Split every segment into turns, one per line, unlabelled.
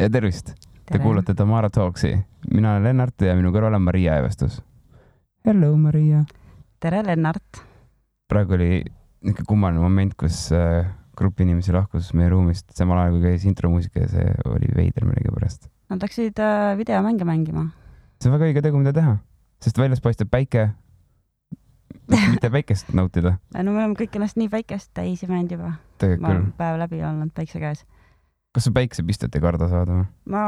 ja tervist . Te kuulate Tamara Talksi . mina olen Lennart ja minu kõrval on Maria Evestus . Hello , Maria .
tere , Lennart .
praegu oli niisugune kummaline moment , kus äh, grupp inimesi lahkus meie ruumist samal ajal , kui käis intromuusika ja see oli veider millegipärast .
Nad läksid äh, videomänge mängima .
see on väga õige tegu , mida teha , sest väljas paistab päike . mitte päikest nautida ,
Äh, no me oleme kõik ennast nii päikest täis ja mänginud juba . ma
tegelikult küll
olen . päev läbi olnud päikse käes .
kas sa päiksepistet ei karda saada või ?
ma ,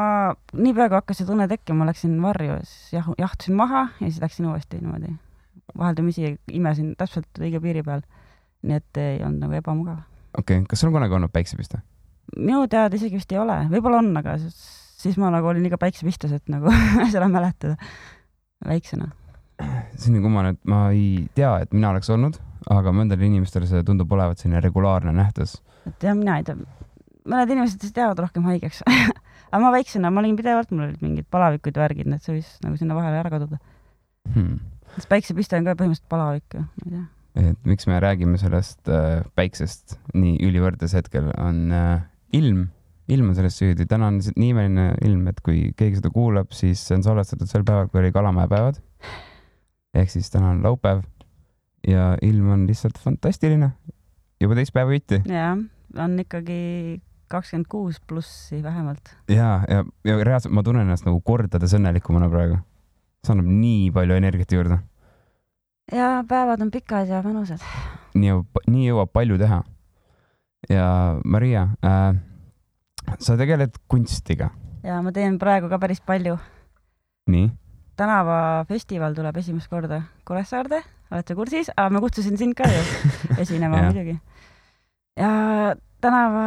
niipea kui hakkas see tunne tekkima , läksin varju , siis jah- , jahtusin maha ja siis läksin uuesti niimoodi . vaheldumisi imesin täpselt õige piiri peal . nii et ei olnud nagu ebamugav .
okei okay. , kas sul on kunagi olnud päiksepiste ?
minu teada isegi vist ei ole , võib-olla on , aga siis, siis ma nagu olin liiga päiksepistes , et nagu seda mäletada väiksena .
see on nii kummaline , et ma ei tea , et mina oleks olnud , aga mõndadele inimestele see tundub olevat selline regulaarne nähtus .
et jah , mina ei tea , mõned inimesed siis jäävad rohkem haigeks . aga ma väiksena , ma olin pidevalt , mul olid mingid palavikud ja värgid , need võis nagu sinna vahele ära kaduda .
Hmm.
sest päiksepiste on ka põhimõtteliselt palavik ju , ma ei tea .
et miks me räägime sellest äh, päiksest nii ülivõrdes hetkel , on äh, ilm , ilm on selles süüdi . täna on lihtsalt nii imeline ilm , et kui keegi seda kuulab , siis see on salvestatud sel päeval , kui oli Kalamaja päevad . ehk siis täna on laupäev ja ilm on lihtsalt fantastiline . juba teist päeva vitti .
jah , on ikkagi kakskümmend kuus plussi vähemalt .
ja , ja , ja reaalselt ma tunnen ennast nagu kordades õnnelikumana praegu . see annab nii palju energiat juurde .
ja päevad on pikad ja mõnusad .
nii jõuab , nii jõuab palju teha . ja Maria äh, , sa tegeled kunstiga ,
ja ma teen praegu ka päris palju .
nii ?
tänavafestival tuleb esimest korda Kuressaarde , olete kursis , aga ma kutsusin sind ka ju esinema
Jah.
muidugi . ja tänava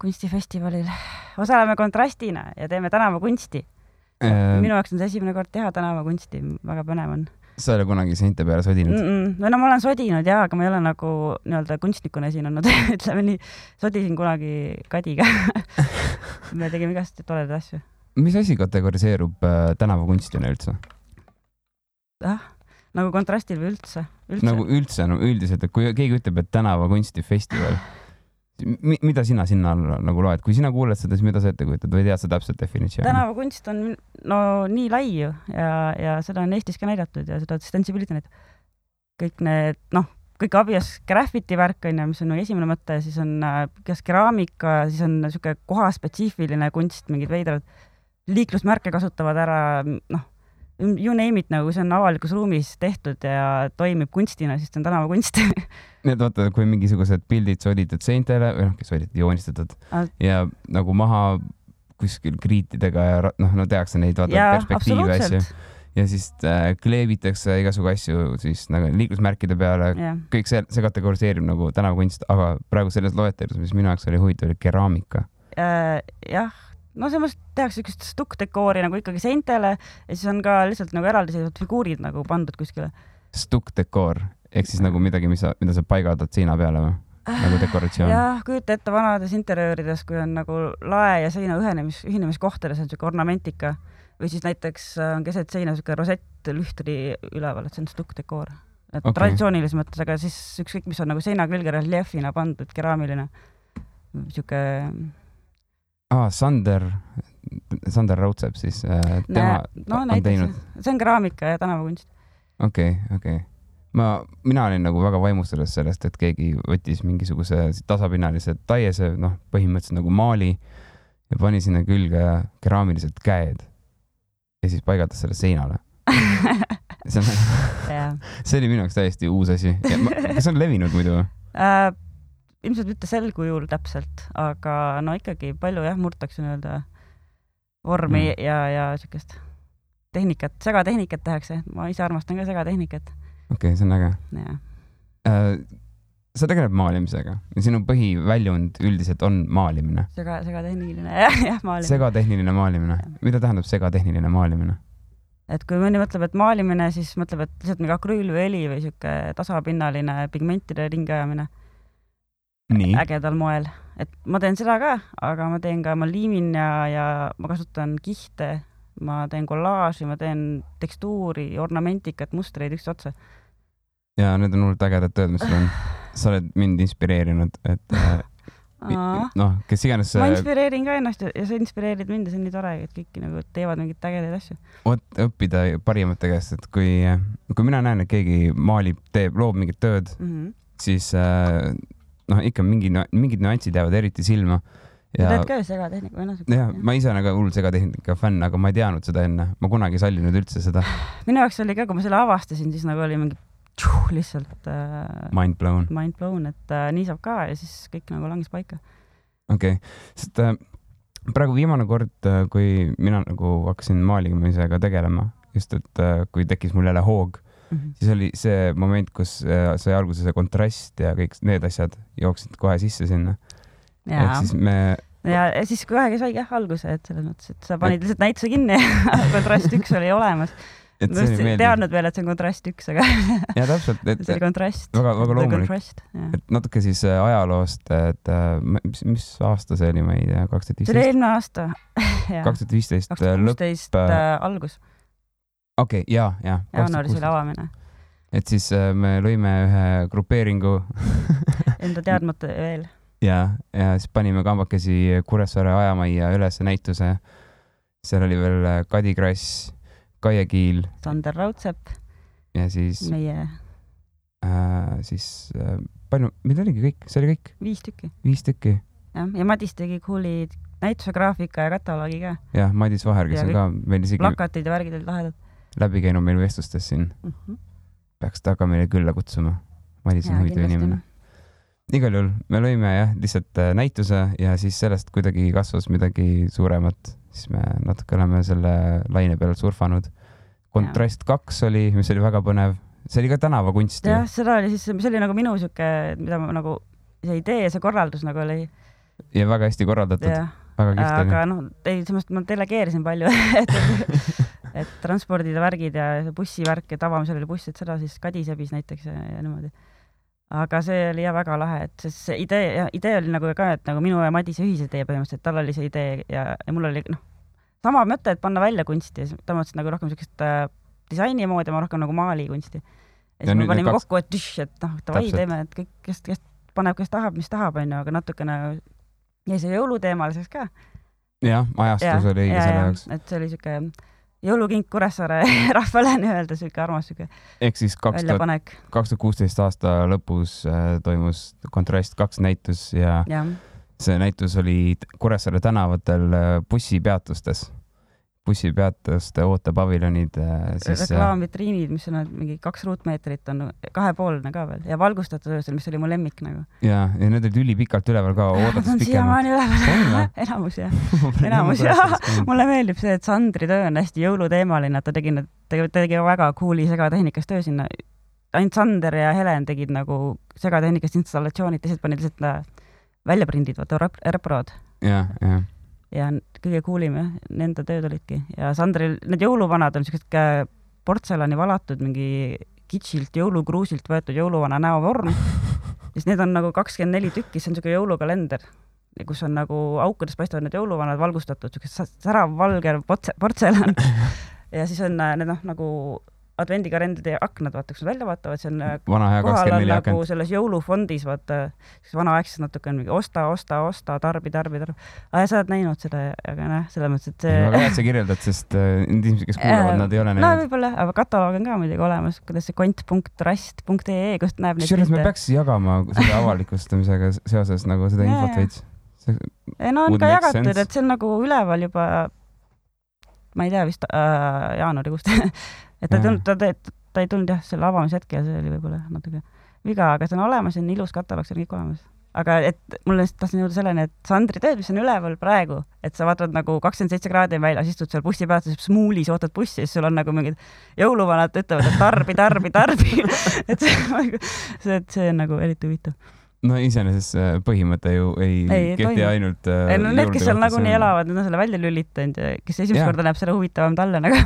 kunstifestivalil osaleme kontrastina ja teeme tänavakunsti .
Äh,
minu jaoks on see esimene kord teha tänavakunsti , väga põnev on
sa ei ole kunagi seinte peale sodinud
mm .
mm. ?
-mm. või no ma olen sodinud jaa , aga ma ei ole nagu nii-öelda kunstnikuna esinenud , ütleme nii . sodisin kunagi Kadiga . me tegime igast toredaid asju .
mis asi kategoriseerub äh, tänavakunstina üldse ?
nagu kontrastil või üldse, üldse.
nagu üldse no, , üldiselt , et kui keegi ütleb , et tänavakunstifestival , mida sina sinna alla nagu loed , kui sina kuuled seda , siis mida sa ette kujutad või tead sa täpset definitsiooni ?
tänavakunst on no nii lai ju ja , ja seda on Eestis ka näidatud ja seda Stensibility näitab . kõik need noh , kõik abios graffiti värk on ju , mis on nagu esimene mõte , siis on äh, kas keraamika , siis on niisugune kohaspetsiifiline kunst , mingid veidrad liiklusmärke kasutavad ära , noh , you name it nagu , see on avalikus ruumis tehtud ja toimib kunstina , siis ta on tänavakunst .
nii et vaata , kui mingisugused pildid soditud seintele või noh , kes olid joonistatud
Ah.
ja nagu maha kuskil kriitidega ja ra- noh , no tehakse neid vaata
jaa ,
perspektiive asju
absoluutselt ,
ja siis äh, kleebitakse igasugu asju siis nagu liiklusmärkide peale ,
jah
kõik see , see kategoriseerib nagu tänavakunst , aga praegu selles loetelus , mis minu jaoks oli huvitav , oli keraamika .
äh, jah , no samas tehakse siukest stukkdekoori nagu ikkagi seintele ja siis on ka lihtsalt nagu eraldiseisvad figuurid nagu pandud kuskile .
stukkdekoor ehk siis nagu midagi , mis sa , mida sa paigaldad seina peale või nagu dekoratsioon ?
jah , kujuta ette vanades interjöörides , kui on nagu lae ja seina ühenemis , ühinemiskohtades on siuke ornamentika või siis näiteks äh, on keset seina siuke rosett lühtri üleval , et see on stukkdekoor .
Okei.
et okay. traditsioonilises mõttes , aga siis ükskõik , mis on nagu seina külge reljeefina pandud , keraamiline , siuke
aa , Ah, Sander , Sander Raudsepp siis äh, , tema ,
no
on teinud-
näiteks , see on keraamika ja tänavakunst .
okei okay, , okei okay. . ma , mina olin nagu väga vaimustunud sellest , et keegi võttis mingisuguse tasapinnalise taiese , noh , põhimõtteliselt nagu maali ja pani sinna külge keraamilised käed ja siis paigaldas selle seinale . see on ,
jah .
see oli minu jaoks täiesti uus asi . kas see on levinud muidu või ?
äh, . ilmselt mitte sel kujul täpselt , aga no ikkagi palju jah , murtakse nii-öelda vormi
Mm.
mm. ja , ja siukest tehnikat , segatehnikat tehakse , ma ise armastan ka segatehnikat .
okei okay, , see on äge
jah ,
äh, . sa tegeled maalimisega ja sinu põhiväljund üldiselt on maalimine ,
sega , segatehniline jah , jah , maalimine Sega... .
segatehniline maalimine . mida tähendab segatehniline maalimine ?
et kui mõni mõtleb , et maalimine , siis mõtleb , et lihtsalt mingi akrüülvõli või siuke tasapinnaline pigmentide ringiajamine
nii ,
ägedal moel . et ma teen seda ka , aga ma teen ka , ma liimin ja , ja ma kasutan kihte , ma teen kollaaži , ma teen tekstuuri , ornamentikat , mustreid ükstotsa .
ja need on hullult ägedad tööd , mis sul on . sa oled mind inspireerinud , et äh, noh , kes iganes ,
ma inspireerin ka ennast ja ja sa inspireerid mind ja see on nii tore , et kõik nagu teevad mingeid ägedaid asju .
vot õppida parimate käest , et kui , kui mina näen , et keegi maalib , teeb , loob mingit tööd ,
Mhm.
siis äh, noh , ikka mingi , mingid nüansid jäävad eriti silma .
sa teed ka ju segatehnika või noh ,
jah , ma ise olen ka hull segatehnika fänn , aga ma ei teadnud seda enne , ma kunagi ei sallinud üldse seda
minu jaoks oli ka , kui ma selle avastasin , siis nagu oli mingi tšuh, lihtsalt äh,
mind blown ,
mind blown , et äh, nii saab ka ja siis kõik nagu langes paika .
okei okay. , sest äh, praegu viimane kord , kui mina nagu hakkasin maalimisega tegelema , just et äh, kui tekkis mul jälle hoog , siis oli see moment , kus äh, sai alguse see kontrast ja kõik need asjad jooksid kohe sisse sinna . ehk
ja ,
siis me
ja ja siis kohe sai jah alguse , et selles mõttes , et sa panid lihtsalt näituse kinni ja kontrast üks oli olemas .
et
ma
see
just
oli
ei
meeldiv .
teadnud veel , et see on kontrast üks , aga
ja täpselt , et
see oli kontrast .
väga- väga loomulik.
see
et natuke siis äh, ajaloost , et äh, ma- mis , mis aasta see oli , ma ei tea , kaks tuhat
oli
viisteist ,
eelmine aasta .
kaks tuhat viisteist äh,
tuhat
lõpp ,
kuusteist äh,
lõpp-
algus ,
okei okay, , ja , ja .
jaanuaris oli avamine .
et siis äh, me lõime ühe grupeeringu
Enda teadmata veel .
ja , ja siis panime kambakesi Kuressaare ajamajja üles näituse . seal oli veel äh, Kadi Krass , Kaie Kiil
Sander Raudsepp ,
ja siis ,
meie
äh, siis äh, palju , meil oligi kõik , see oli kõik ,
viis tükki ,
viis tükki .
jah , ja Madis tegi cool'i näituse graafika ja kataloogi ka .
jah , Madis Vaher , kes
Ja
on
kõik-
ka meil isegi
plakatid ja värgid olid lahedad
läbi käinud meil vestlustes siin ,
mm . -hmm.
peaks ta ka meile külla kutsuma . Madis on huvitav inimene . igal juhul me lõime jah , lihtsalt äh, näituse ja siis sellest kuidagi kasvas midagi suuremat , siis me natuke oleme selle laine peal surfanud . kontrast kaks oli , mis oli väga põnev , see oli ka tänavakunst ju
jah ,, seda oli siis , see oli nagu minu sihuke , mida ma nagu , see idee , see korraldus nagu oli ,
ja väga hästi korraldatud ,
jah ,
väga kihvt oli .
aga noh , ei , selles mõttes ma delegeerisin palju , et , et transpordid ja värgid ja see bussivärk , et avamisel oli buss , et seda siis Kadis häbis näiteks ja, ja niimoodi . aga see oli jah väga lahe , et see, see idee , idee oli nagu ka , et nagu minu ja Madise ühise idee põhimõtteliselt , tal oli see idee ja, ja mul oli noh , sama mõte , et panna välja kunsti ja siis ta mõtles et nagu rohkem siukest äh, disaini moodi , ma rohkem nagu maalikunsti . ja
Ja
siis me
nüüd need
panime
kaks-
kaks... kokku , et tühh , et noh , davai ,
Täpselt.
teeme , et kõik , kes , kes paneb , kes tahab , mis tahab , onju , aga natukene jäi see jõuluteemaliseks ka .
jah , ajastus oli õige selle jaoks .
et see oli siuke jõulukink Kuressaare rahvale nii-öelda siuke armas siuke
ehk siis kaks tuhat ,
väljapanek ,
kaks tuhat kuusteist aasta lõpus äh, toimus kontrast kaks näitus ja
jah .
see näitus oli t- Kuressaare tänavatel äh, bussipeatustes , bussipeatuste ootepaviljonid äh, siis äh,
reklaamvitriinid , mis on mingi kaks ruutmeetrit on kahepoolne ka veel ja valgustatud öösel , mis oli mu lemmik nagu .
ja , ja need olid ülipikalt üleval ka ,
Nad
oodates
on
pikemalt .
siiamaani üleval
või? ,
enamus jah . enamus jah , mulle meeldib see , et Sandri töö on hästi jõuluteemaline , ta tegi need , ta tegi väga cool'i segatehnikas töö sinna . ainult Sander ja Helen tegid nagu segatehnikast installatsioonid , teised panid lihtsalt na- välja prindid , vaata rep- , reprod
jah , jah .
ja n- kõige cool'im jah , nende tööd olidki ja Sandril need jõuluvanad on siuksed kä- portselani valatud mingi kitschilt jõulukruusilt võetud jõuluvana näovorm . siis need on nagu kakskümmend neli tükki , see on siuke jõulukalender , kus on nagu aukudest paistavad need jõuluvanad valgustatud , siuke sä- särav valge potse- portselan . ja siis on äh, need noh , nagu advendikalendrite aknad , vaata , kus nad välja vaatavad , see on äh,
vana hea
kohal on
kakskümmend neli
nagu
akent .
selles jõulufondis , vaata , vanaaegses natuke on mingi osta , osta , osta , tarbi , tarbi , tarbi . aa , sa oled näinud seda , aga noh , selles mõttes , et
väga hea ,
see
et sa kirjeldad , sest äh, need inimesed , kes kuulavad , nad ei ole
no
näinud .
võib-olla , aga kataloog on ka muidugi olemas , kuidas see kont.rast.ee , kust näeb neid
kusjuures me peaks jagama selle avalikustamisega seoses nagu seda
Jaa,
infot
jaa.
veits .
Ei, no on
would
ka
make
jagatud ,
sense.
et see on nagu üleval juba , ma ei tea , vist äh, jaanuarikuust . et
Jaa.
ta ei tulnud , ta , ta ei tulnud jah , selle avamise hetkel , see oli võib-olla natuke viga , aga see on olemas , see on ilus kataloog , see on kõik olemas . aga et mul lihtsalt tahtsin jõuda selleni , et Sandri tööd , mis on üleval praegu , et sa vaatad nagu kakskümmend seitse kraadi on väljas , istud seal bussi peal , siis smuulis ootad bussi ja siis sul on nagu mingid jõuluvanad ütlevad , et tarbi , tarbi , tarbi . et see on nagu , see , see on nagu eriti huvitav .
no iseenesest see põhimõte ju ei,
Ei
kehti
toimi.
ainult . äh,
ei no need , kes seal nagunii . elavad , need on selle välja lülitanud ja kes esimest
Jaa.
korda näeb selle huvitavam talle nagu .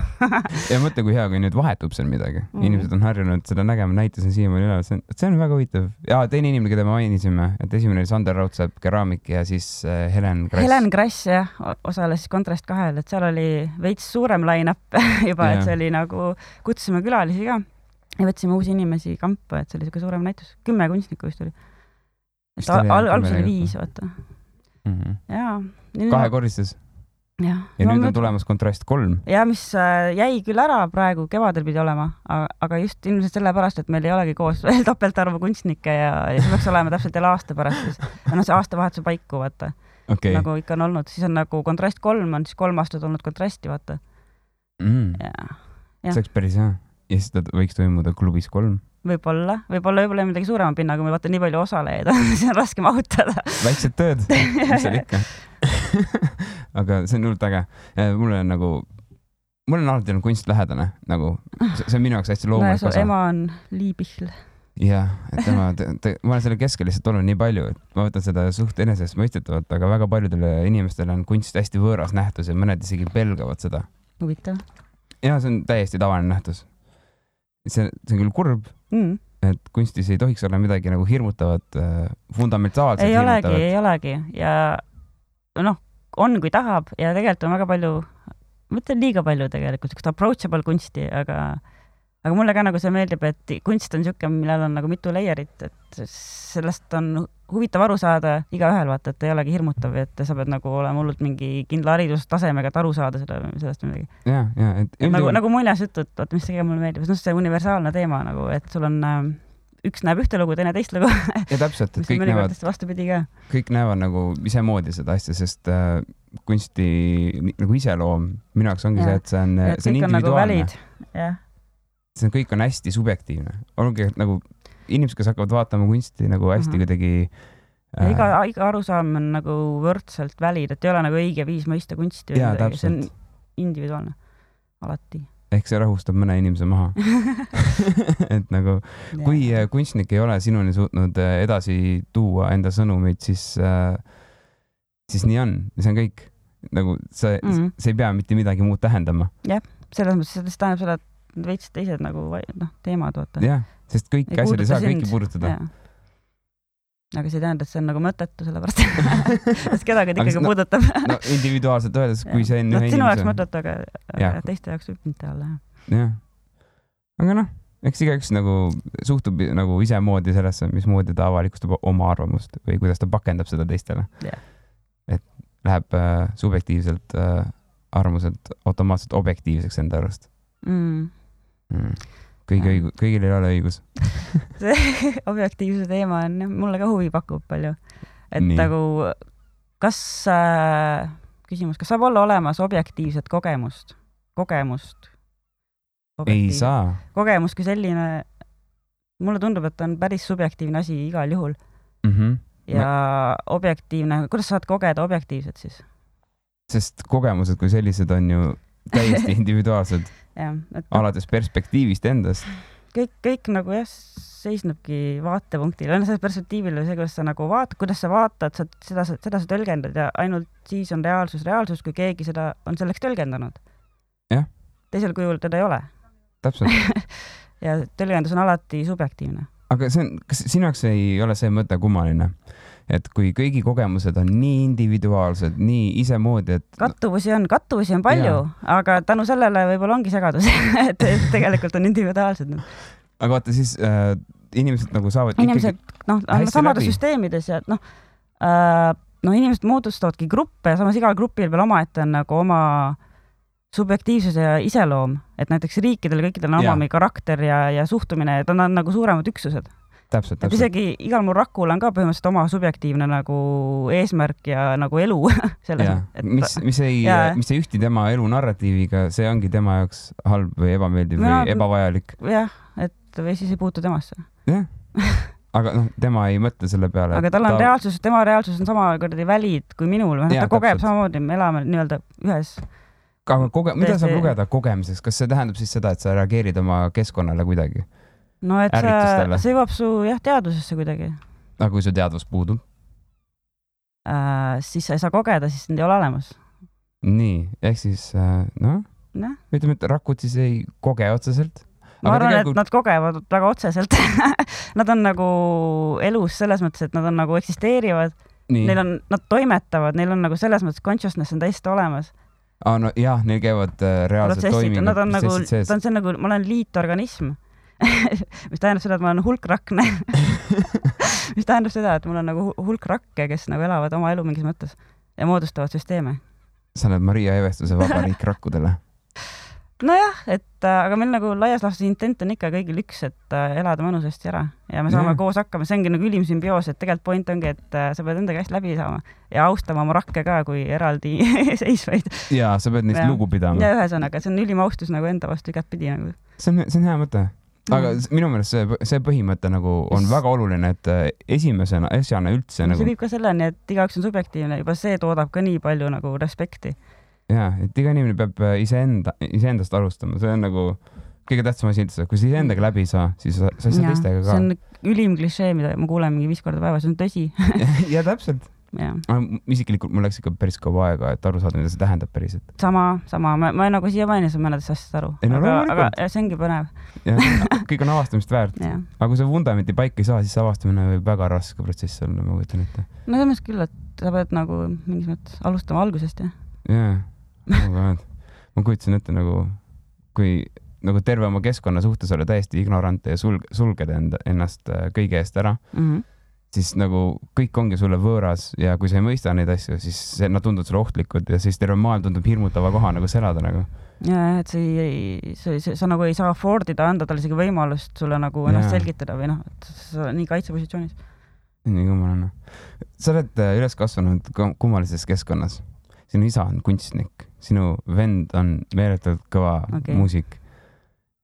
ja mõtle , kui hea , kui nüüd vahetub seal midagi mm.
Mhm. .
inimesed on harjunud seda nägema , näitus on siiamaani üleval , see on , see on väga huvitav . ja teine inimene , keda me mainisime , et esimene oli Sander Raudsepp , keraamik ja siis äh, Helen Krass .
Helen Krass jah , osales Kontrast kahel , et seal oli veits suurem line-up juba ,
Jaa.
et see oli nagu , kutsusime külalisi ka ja võtsime uusi inimesi kampa , et see oli niisugune suurem näitus , kümme kunstnikku vist oli .
Vist
et al-
oli
al-
ainult
alguses oli
kolmekümne
viis , vaata .
-hmm.
jaa .
kahekordistas
jah .
ja no, nüüd on tulemas kontrast kolm .
ja mis äh, jäi küll ära praegu , kevadel pidi olema , aga just ilmselt sellepärast , et meil ei olegi koos veel topeltarvu kunstnikke ja, ja see peaks olema täpselt jälle aasta pärast siis . noh , see aastavahetuse paiku , vaata okay. ,
okei .
nagu ikka on olnud , siis on nagu kontrast kolm on siis kolm aastat olnud kontrasti , vaata . võib-olla , jah.
Mhm. see oleks päris hea . ja siis ta võiks toimuda klubis kolm .
võib-olla , võib-olla jälle midagi suurema pinnaga , kui meil vaata nii palju osalejaid on , siis on raske mahutada .
väiksed tööd , mis seal ikka . aga see on hullult äge . mulle on nagu , mul on alati olnud kunst lähedane , nagu see see on minu jaoks hästi loomulik
su
osa .
ema on liibihl .
jah , et tema , ma olen selle keskel lihtsalt olnud nii palju , et ma võtan seda suht enesestmõistetavalt , aga väga paljudele inimestele on kunst hästi võõras nähtus ja mõned isegi pelgavad seda .
huvitav
ja see on täiesti tavaline nähtus . see , see on küll kurb ,
mm. .
et kunstis ei tohiks olla midagi nagu hirmutavat , fundamentaalselt
ei olegi ,
hirmutavat .
ei olegi ja noh , on kui tahab ja tegelikult on väga palju , ma ütlen liiga palju tegelikult , niisugust approachable kunsti , aga aga mulle ka nagu see meeldib , et kunst on niisugune , millel on nagu mitu layer'it , et sellest on huvitav aru saada igaühel , vaata , et ei olegi hirmutav , et sa pead nagu olema hullult mingi kindla haridustasemega , et aru saada selle , sellest midagi .
ja , ja , et
nagu ,
üldjuhul-
nagu muinasjutud , vaat mis see ka mulle meeldib , noh , see universaalne teema nagu , et sul on äh, üks näeb ühte lugu , teine teist lugu ,
ja täpselt , et
mis on
kõik
mõnikord
näevad ,
täiesti vastupidi ka .
kõik näevad nagu isemoodi seda asja , sest äh, kunsti ni- nagu iseloom minu jaoks ongi
Jah.
see , et see on ,
et
see on
kõik on nagu
individuaalne .
valid . jah ,
see kõik on hästi subjektiivne , olgugi et nagu inimesed , kes hakkavad vaatama kunsti nagu hästi
Ahah.
kuidagi
Mhm.
äh,
ja iga , iga arusaam on nagu võrdselt valid , et ei ole nagu õige viis mõista kunsti või
Jaa,
midagi , see on
täpselt.
individuaalne alati .
ehk see rahustab mõne inimese maha . et nagu , kui äh, kunstnik ei ole sinuni suutnud äh, edasi tuua enda sõnumit , siis , siis nii on , see on kõik . nagu see mm ,
Mhm.
-hmm. see ei pea mitte midagi muud tähendama .
selles mõttes , see tähendab seda , et need veits teised nagu va- noh , teemad vaata .
jah , sest kõik
Ei
asjad ei
puuduta
saa kõiki
sind.
puudutada .
aga see ei tähenda , et see on nagu mõttetu , sellepärast et kedagi ta
Aga
ikkagi
no-
puudutab .
no individuaalselt öeldes , kui see on
noh ,
ühe
sinu jaoks
inimese .
mõttetu , aga
Jaa.
aga teiste jaoks võib mitte olla , jah .
jah . aga noh , eks igaüks nagu suhtub nagu isemoodi sellesse , mismoodi ta avalikustab oma arvamust või kuidas ta pakendab seda teistele
Jah.
et läheb äh, subjektiivselt äh, arvamuselt automaatselt objektiivseks enda arust
Mm.
mm. . kõigi õigus , kõigil ei ole õigus .
see objektiivsuse teema on , mulle ka huvi pakub palju . et
Nii.
Nii. nagu kas äh, , küsimus , kas saab olla olemas objektiivset kogemust , kogemust ?
ei . saa .
kogemus kui selline , mulle tundub , et on päris subjektiivne asi igal juhul
Mm -hmm.
ja Ma... objektiivne , kuidas saad kogeda objektiivset siis ?
sest kogemused kui sellised on ju täiesti individuaalsed ,
jah , et noh,
alates perspektiivist endast .
kõik , kõik nagu jah , seisnebki vaatepunktil , on sellel perspektiivil või see , kuidas sa nagu vaatad , kuidas sa vaatad , sa seda , seda sa tõlgendad ja ainult siis on reaalsus reaalsus , kui keegi seda on selleks tõlgendanud .
Jah.
teisel kujul teda ei ole
täpselt .
ja tõlgendus on alati subjektiivne .
aga see on , kas sinu jaoks ei ole see mõte kummaline ? et kui kõigi kogemused on nii individuaalsed , nii isemoodi , et
kattuvusi on , kattuvusi on palju , aga tänu sellele võib-olla ongi segadus , et et tegelikult on individuaalsed need
aga vaata siis äh, inimesed nagu saavad
inimesed , noh ,
hästi
samades
läbi.
süsteemides ja noh äh, , noh , inimesed moodustavadki gruppe ja samas igal grupil veel omaette on nagu oma subjektiivsuse ja iseloom , et näiteks riikidel kõikidel on
Jaa.
oma mingi karakter ja , ja suhtumine , et nad on nagu suuremad üksused .
ikkagi täpselt ,
et
täpselt ,
isegi igal murrakul on ka põhimõtteliselt oma subjektiivne nagu eesmärk ja nagu elu selles
jaa , mis , mis ei
jaa. ,
mis ei ühti tema elu narratiiviga , see ongi tema jaoks halb või ebameeldiv
Mina-
või ebavajalik ,
jah , et või siis ei puutu temasse .
jah . aga noh , tema ei mõtle selle peale .
aga tal on ta... . reaalsus , tema reaalsus on sama kuradi välid kui minul ,
Jaa,
ta kogeb
täpselt.
samamoodi , me elame nii-öelda ühes
aga koge- , mida saab
täiesti-
lugeda kogemiseks , kas see tähendab siis seda , et sa reageerid oma keskkonnale kuidagi ,
no et sa,
ärritustele.
see jõuab su jah , teadvusesse kuidagi
aga kui su teadvus puudub ?
äh, , siis sa ei saa kogeda , siis sind ei ole olemas .
nii , ehk siis äh, noh ,
noh ,
ütleme , et rakud siis ei koge otseselt . Aga
ma
tegelikult-
arvan tegelikult... , et nad kogevad väga otseselt . Nad on nagu elus selles mõttes , et nad on nagu eksisteerivad ,
nii
neil , on , nad toimetavad , neil on nagu selles mõttes consciousness on täiesti olemas .
aa no jah , neil käivad äh, reaalsed
protsessid ,
toimingud
nad on , nagu ,
protsessid
ta
sees .
on see nagu , ma olen liitorganism . mis tähendab seda , et ma olen hulkrakne . mis mis tähendab seda , et mul on nagu hu- hulk rakke , kes nagu elavad oma elu mingis mõttes ja moodustavad süsteeme .
sa oled Maria Evestuse vabariik rakkudele .
nojah , et äh, aga meil nagu laias laastus intent on ikka kõigil üks , et äh, elada mõnusasti ära ja me saame
Jah.
koos hakkama , see ongi nagu ülim sümbioos , et tegelikult point ongi , et äh, sa pead endaga hästi läbi saama ja austama oma rakke ka kui eraldi seisvaid .
ja sa pead neist
Jah.
lugu pidama .
ja ühesõnaga , see on ülim austus nagu enda vastu igatpidi nagu .
see on , see on hea mõte . aga
Mm.
s- minu meelest see , see põhimõte nagu on väga oluline , et äh, esimesena , asjana üldse
see
nagu
viib ka selleni , et igaüks on subjektiivne , juba see toodab ka nii palju nagu respekti .
jaa , et iga inimene peab äh, iseenda , iseendast alustama , see on nagu kõige tähtsam asi üldse , kui sa iseendaga läbi ei saa , siis sa sa ei saa teistega
see
ka
on . ülim klišee , mida ma kuulen mingi viis korda päevas , see on tõsi . nagu-
ja täpselt .
jah ,
isiklikult mul läks ikka päris kaua aega , et aru saada , mida see tähendab päriselt .
sama , sama , ma , ma nagu siiamaani ei saa mõnedest asjadest aru .
Ei no
aga , aga
loomulikult.
see ongi põnev ,
kõik on avastamist väärt ,
jah .
aga kui sa vundamenti paika ei saa , siis see avastamine võib väga raske protsess olla , ma kujutan ette .
no selles mõttes küll , et sa pead nagu mingis mõttes alustama algusest , jah .
jaa , väga vähe . ma kujutasin ette nagu , kui nagu terve oma keskkonna suhtes olla täiesti ignorantne ja sulg- , sulgeda enda , ennast äh, kõige eest ära , siis nagu kõik ongi sulle võõras ja kui sa ei mõista neid asju , siis see- nad tunduvad sulle ohtlikud ja siis terve maailm tundub hirmutava kohana , kus elada nagu .
ja , et sa ei , sa , sa nagu ei saa afford ida , anda talle isegi võimalust sulle nagu ennast
Jaa.
selgitada või noh , et sa oled nii kaitsepositsioonis .
nii kummaline . sa oled äh, üles kasvanud kum- kummalises keskkonnas . sinu isa on kunstnik , sinu vend on meeletult kõva
Okei.
okay. muusik .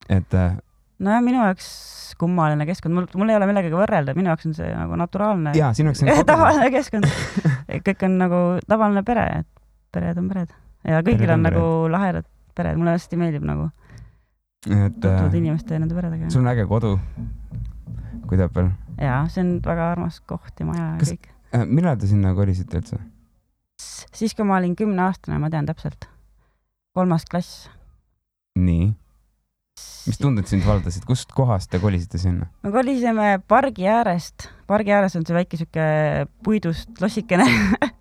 et äh,
nojah , minu jaoks kummaline keskkond , mul , mul ei ole millegagi võrrelda , minu jaoks on see nagu naturaalne ,
jaa , sinu jaoks on kogemus .
tavaline keskkond . kõik on nagu tavaline pere , et pered on pered ja kõigil
Pered
on
on
nagu lahedad pered , mulle hästi meeldib nagu
et
tutvuda
äh,
inimeste ja nende peredega
sul on äge kodu . Kuidapeal .
ja see on väga armas koht ja maja ja
Kas-
kõik .
Äh, millal te sinna kolisite üldse ?
siis , kui ma olin kümneaastane , ma tean täpselt , kolmas klass .
nii , mis tunded sind valdasid , kust kohast te kolisite sinna ?
me kolisime pargi äärest , pargi ääres on see väike sihuke puidust lossikene .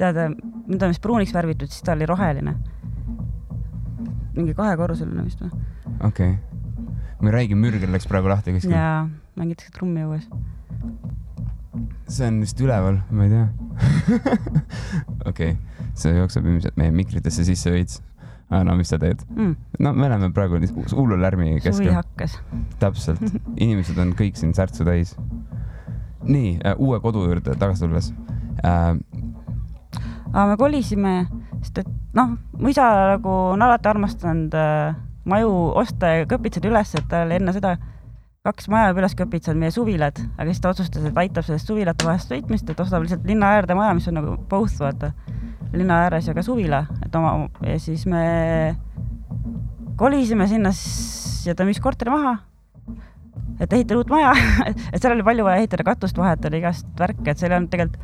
tead , nüüd on vist pruuniks värvitud , siis ta oli roheline . mingi kahekorruseline vist või ?
okei okay. . mu räige mürgel läks praegu lahti kuskil .
ja mängitakse trummi õues .
see on vist üleval , ma ei tea . okei , see jookseb ilmselt meie mikritesse sisse veits . aga no mis sa teed ?
mm, .
no me oleme praegu nii hu- hullu lärmi
suvi
keskel .
hakkas .
täpselt , inimesed on kõik siin särtsu täis . nii , uue kodu juurde tagasi tulles äh, .
aga me kolisime , sest et noh , mu isa nagu on alati armastanud äh, maju osta ja kõpitsad üles , et tal oli enne seda kaks maja juba üles kõpitsad , meie suvilad , aga siis ta otsustas , et aitab sellest suvilate vahest sõitmist , et ostab lihtsalt linna äärde maja , mis on nagu both vaata , linna ääres ja ka suvila , et oma ja siis me kolisime sinna s- ja ta müüs korteri maha et ehitada uut maja , et seal oli palju vaja ehitada , katust vahetada , igast värke , et seal ei olnud tegelikult ,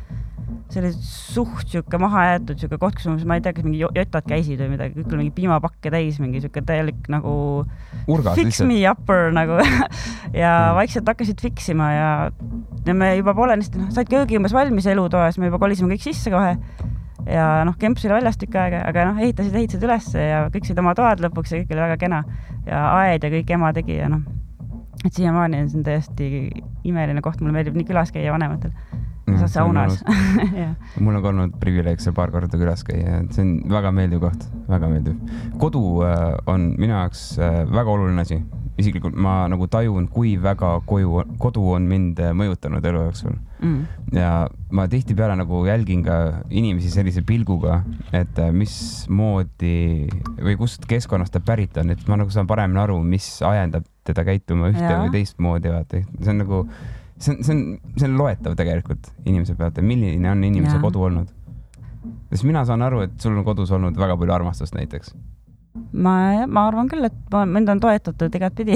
see oli suht sihuke mahajäetud sihuke koht , kus umbes ma ei tea , kas mingi jo- jotad käisid või midagi , kõik oli mingi piimapakke täis , mingi sihuke täielik nagu
urgas
fix
lihtsalt .
me upper nagu ja
Mm.
vaikselt hakkasid fix ima ja , ja me juba poolenisti , noh , said köögi umbes valmis elutoas , me juba kolisime kõik sisse kohe ja noh , Kemps oli väljas tükk aega , aga noh , ehitasid , ehitasid üles ja kõik said oma toad lõpuks ja kõik oli väga kena ja aed ja kõik ema tegi ja noh , et siiamaani on see täiesti imeline koht , mulle meeldib nii külas käia vanematel ,
Mm, Noh,
saad saunas . jah ,
mul on ka olnud privileeg seal paar korda külas käia , et see on väga meeldiv koht , väga meeldiv . kodu äh, on minu jaoks äh, väga oluline asi . isiklikult ma nagu tajun , kui väga koju , kodu on mind äh, mõjutanud elu jooksul
mm.
ja ma tihtipeale nagu jälgin ka inimesi sellise pilguga , et äh, mismoodi või kust keskkonnast ta pärit on , et ma nagu saan paremini aru , mis ajendab teda käituma ühte
Jaa.
või teistmoodi , vaata , see on nagu , see on , see on , see on loetav tegelikult inimese pealt , et milline on inimese
Jaa.
ja. kodu olnud . sest mina saan aru , et sul on kodus olnud väga palju armastust näiteks .
ma , ma arvan küll , et ma , mind on toetatud igatpidi .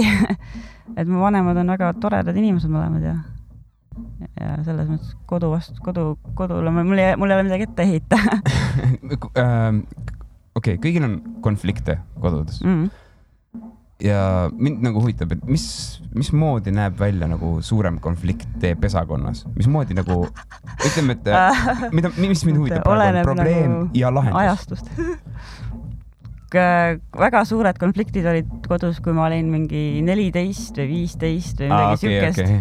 et mu vanemad on väga toredad inimesed mõlemad ja , ja selles mõttes kodu vastu , kodu , kodule ma- mul ei , mul ei ole midagi ette heita
Äh, okei , kõigil on konflikte kodudes
mm. .
ja mind nagu huvitab , et mis , mismoodi näeb välja nagu suurem konflikt teie pesakonnas , mismoodi nagu ütleme , et mida , mis mind huvitab praegu
Ah. Oleneb
on probleem
nagu
ja lahendus .
ajastust K- väga suured konfliktid olid kodus , kui ma
Ah,
olin mingi neliteist või viisteist või midagi siukest .
okei .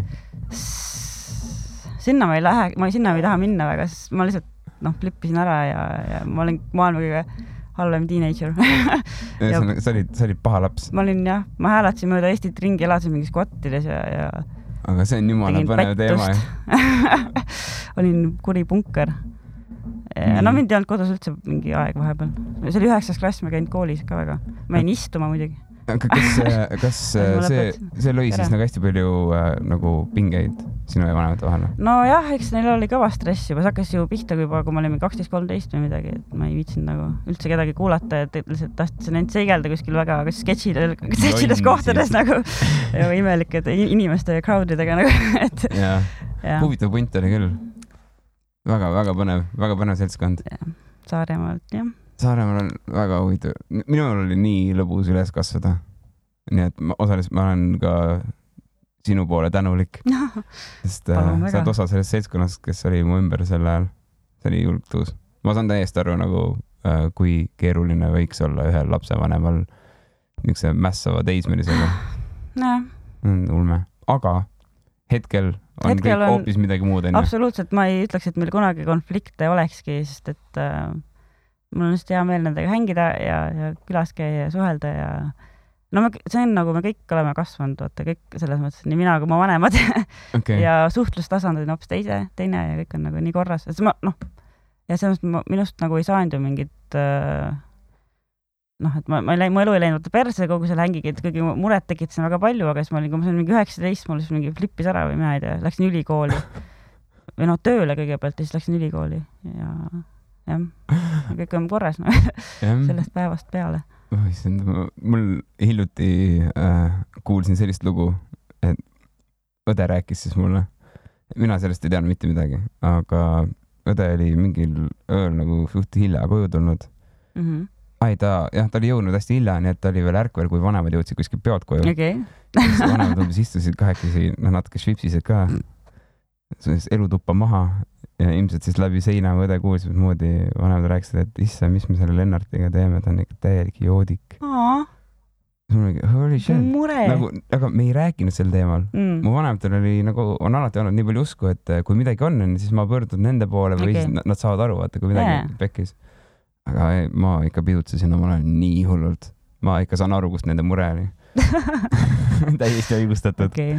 S- sinna ma ei lähe , ma sinna ei taha minna väga , sest ma lihtsalt noh , flippisin ära ja , ja ma olen maailma kõige halvem teenager .
ühesõnaga , sa olid , sa olid paha laps ,
ma olin jah , ma hääletasin mööda Eestit ringi , elasin mingis kottides ja , ja
aga see on jumala
Tegin
põnev teema .
olin kuri punker .
Nii.
no mind ei olnud kodus üldse mingi aeg vahepeal , see oli üheksas klass , ma ei käinud koolis ka väga , ma jäin istuma muidugi .
aga kas , kas äh,
Ma
see ,
lõpetasin.
see lõi siis
Ära.
nagu hästi palju äh, nagu pingeid sinu ja vanemate vahele ?
nojah , eks neil oli kõva stress juba , see hakkas ju pihta juba , kui me olime kaksteist , kolmteist või midagi , et ma ei viitsinud nagu üldse kedagi kuulata ja te- lihtsalt tahtsin ainult seigelda kuskil väga kas sketšidel , sketšides
Jonni
kohtades
siis.
nagu ja imelike te- inimeste ja crowd idega nagu , et
jaa ,
jah ,
huvitav punt oli küll . väga-väga põnev , väga põnev seltskond .
Saaremaalt jah .
Saaremaal on väga huvitav , minul oli nii lõbus üles kasvada . nii et ma osaliselt ma olen ka sinu poole tänulik , sest äh,
Palun
sa
väga.
oled osa sellest seltskonnast , kes oli mu ümber sel ajal . see oli julgelt uus . ma saan täiesti aru nagu äh, , kui keeruline võiks olla ühel lapsevanemal niisuguse mässava teismelisega .
nojah ,
on ulme , aga hetkel on
Hetkel
hetkel kõik
on-
on... hoopis midagi muud , onju .
absoluutselt ma ei ütleks , et meil kunagi konflikte olekski , sest et äh, mul on lihtsalt hea meel nendega hängida ja , ja külas käia ja suhelda ja no me , see on nagu me kõik oleme kasvanud , vaata kõik selles mõttes , nii mina kui mu vanemad
okei ,
ja suhtlustasand on hoopis teise , teine ja kõik on nagu nii korras , et ma noh , ja selles mõttes ma minust nagu ei saanud ju mingit äh, noh , et ma , ma ei läinud , mu elu ei läinud vaata perse kogu selle hängiga , et kuigi mu muret tekitasin väga palju , aga siis ma olin , kui ma sain mingi üheksateist , mul siis mingi flippis ära või mina ei tea , läksin ülikooli või noh , tööle kõigepealt ja siis läksin ülikooli ja jah , kõik on korras no,
jah .
sellest päevast peale .
oh issand , mul hiljuti äh, kuulsin sellist lugu , et õde rääkis siis mulle , mina sellest ei teadnud mitte midagi , aga õde oli mingil ööl nagu suht hilja koju tulnud .
Mm -hmm.
ai , ta , jah , ta oli jõudnud hästi hilja , nii et ta oli veel ärkvel , kui vanemad jõudsid kuskilt peolt koju .
okei okay. ,
siis vanemad umbes istusid kahekesi , noh natuke švipsisid ka , siis elutuppa maha ja ilmselt siis läbi seina õde kuulis mismoodi , vanemad rääkisid , et issand , mis me selle Lennartiga teeme , ta on ikka täielik joodik . siis mul oli holy shit ,
mure
nagu , aga me ei rääkinud sel teemal .
mm.
mu vanematel oli nagu , on alati olnud nii palju usku , et eh, kui midagi on , siis ma pöördun nende poole või
Okei.
okay. nad saavad aru , vaata , kui midagi
Jaa.
yeah. pekkis . aga ei, ma ikka pidutsesin omal ajal nii hullult . ma ikka saan aru , kust nende mure oli . täiesti õigustatud .
okei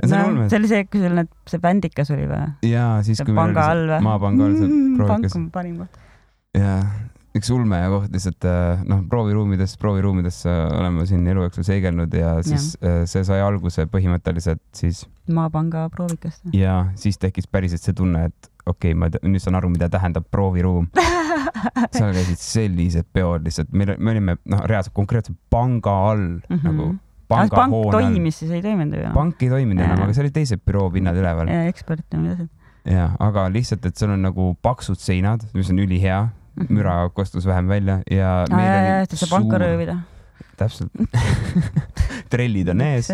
Ja see on
no, .
ulmes
see . oli see , kui sul need , see bändikas oli või ?
ja siis , kui meil
panga
oli
all või Mm-hmm, Mm,
see ? maapanga all see proovikas
pank on parim koht .
ja üks ulme ja koht lihtsalt äh, noh , prooviruumides , prooviruumides äh, oleme siin elu jooksul seigelnud ja siis ja. see sai alguse põhimõtteliselt siis
Mhm. maapanga proovikas .
ja siis tekkis päriselt see tunne , et okei okay, , ma tea- nüüd saan aru , mida tähendab prooviruum . seal käisid sellised peod lihtsalt , meil , me olime noh , reaalselt konkreetselt panga all mm -hmm. nagu
Mhm. pank
pangahoone all .
toimis , siis ei toiminud ju enam .
pank ei toiminud enam ,
Jaa.
aga seal olid teised büroopinnad üleval .
ekspert ja mida see .
jaa , aga lihtsalt , et seal on nagu paksud seinad , mis on ülihea , müra kostus vähem välja ja
aa Ah, jaa , jaa , et sa panka röövida .
täpselt . trellid on ees ,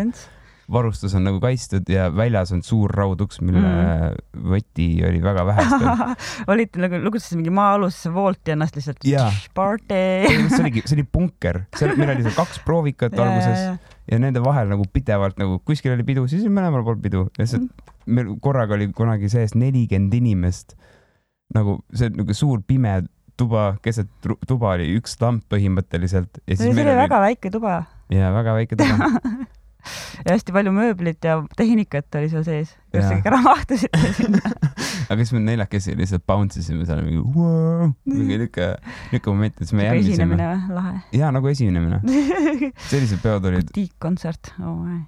varustus on nagu kaitstud ja väljas on suur rauduks , mille
Mhm.
mm. võti oli väga vähestel .
olite nagu , lugesite mingi maa-alusesse Wolti ennast lihtsalt
Jaa. .
Party .
see oligi , see oli punker , seal meil oli seal kaks proovikat alguses ja, . ja nende vahel nagu pidevalt nagu kuskil oli pidu , siis oli mõlemal pool pidu ,
Mhm.
lihtsalt meil korraga oli kunagi sees nelikümmend inimest . nagu see niisugune suur pime tuba , keset tru- tuba oli üks lamp põhimõtteliselt ja
see
siis
oli
meil oli
väga väike tuba
ja väga väike tuba .
ja hästi palju mööblit ja tehnikat oli seal sees . kas te
Jaa.
kõik ära mahtusite sinna ?
aga siis me neljakesi lihtsalt bounce isime seal mingi wow, mingi niuke , niuke moment , et siis me
sihuke
järgmisime .
esinemine või ?
ja nagu esinemine ,
lahe .
sellised peod olid
tiikkontsert , oh my .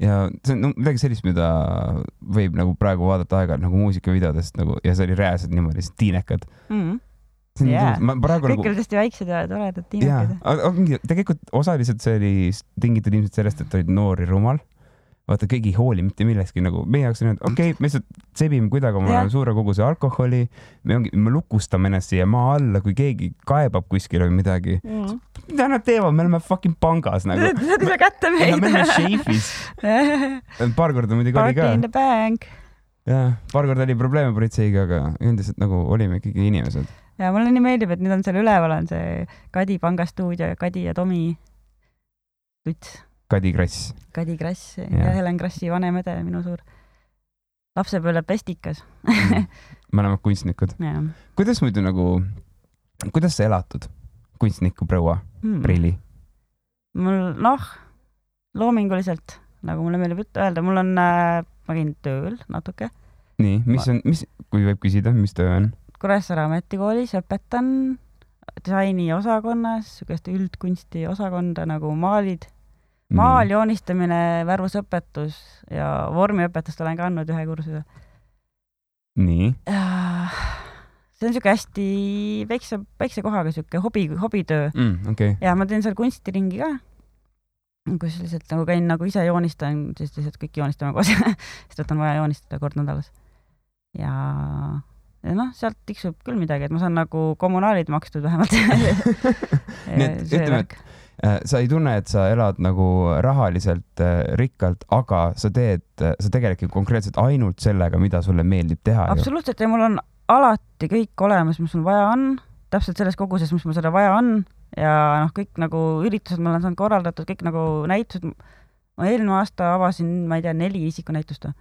ja see on no, midagi sellist , mida võib nagu praegu vaadata aeg-ajalt nagu muusikavideodest nagu ja see oli reaalselt niimoodi , lihtsalt tiinekad .
Mhm. Jaa.
ma praegu
kõik
nagu
olid hästi väiksed ja toredad
jaa
tiinekad .,
ongi tegelikult osaliselt see oli s- tingitud ilmselt sellest , et olid noor ja rumal . vaata , keegi ei hooli mitte millestki nagu , meie jaoks on nii , et okei okay, , me lihtsalt sebime kuidagi
Jah.
oma suure koguse alkoholi , me ongi , me lukustame ennast siia maa alla , kui keegi kaebab kuskile või midagi .
Mm.
mida nad teevad , me oleme fucking pangas nagu .
Nad ei saa kätte
me oleme
meid .
šeifis . paar korda muidugi oli
Party
ka
in the bank .
jah , paar korda oli probleeme politseiga , aga üldiselt nagu olime ikkagi inimesed .
ja mulle nii meeldib , et nüüd on seal üleval on see Kadi pangastuudio ja Kadi ja Tomi Luts ,
Kadi Krass .
Kadi Krass ja,
Jah.
ja Helen Krassi vanem õde , minu suur lapsepõlve pestikas .
mõlemad Mm. kunstnikud .
jah
kuidas muidu nagu , kuidas sa elatud kunstniku proua
hmm.
prilli ?
mul noh , loominguliselt , nagu mulle meeldib üt- öelda , mul on äh, , ma käin tööl natuke
nii , mis on , mis , kui võib küsida , mis töö on ?
Kuressaare Ametikoolis , õpetan disainiosakonnas , niisugust üldkunsti osakonda nagu maalid ,
Mhm.
maaljoonistamine , värvusõpetus ja vormiõpetust olen ka andnud ühe kursuse .
nii ,
see on niisugune hästi väikse , väikse kohaga niisugune hobi , hobitöö
okei ,
ja ma teen seal kunstiringi ka , kus lihtsalt nagu käin nagu ise joonistan , siis lihtsalt kõik joonistame koos , sest et on vaja joonistada kord nädalas . ja , ja noh , sealt tiksub küll midagi , et ma saan nagu kommunaalid makstud vähemalt .
Nii et ütleme, et- Äh, sa ei tunne , et sa elad nagu rahaliselt äh, rikkalt , aga sa teed , sa tegelikult konkreetselt ainult sellega , mida sulle meeldib teha ju .
absoluutselt ja mul on alati kõik olemas , mis mul vaja on , täpselt selles koguses , mis mul seda vaja on ja noh , kõik nagu üritused ma olen saanud korraldatud , kõik nagu näitused . ma eelmine aasta avasin , ma ei tea , neli isikunäitust või .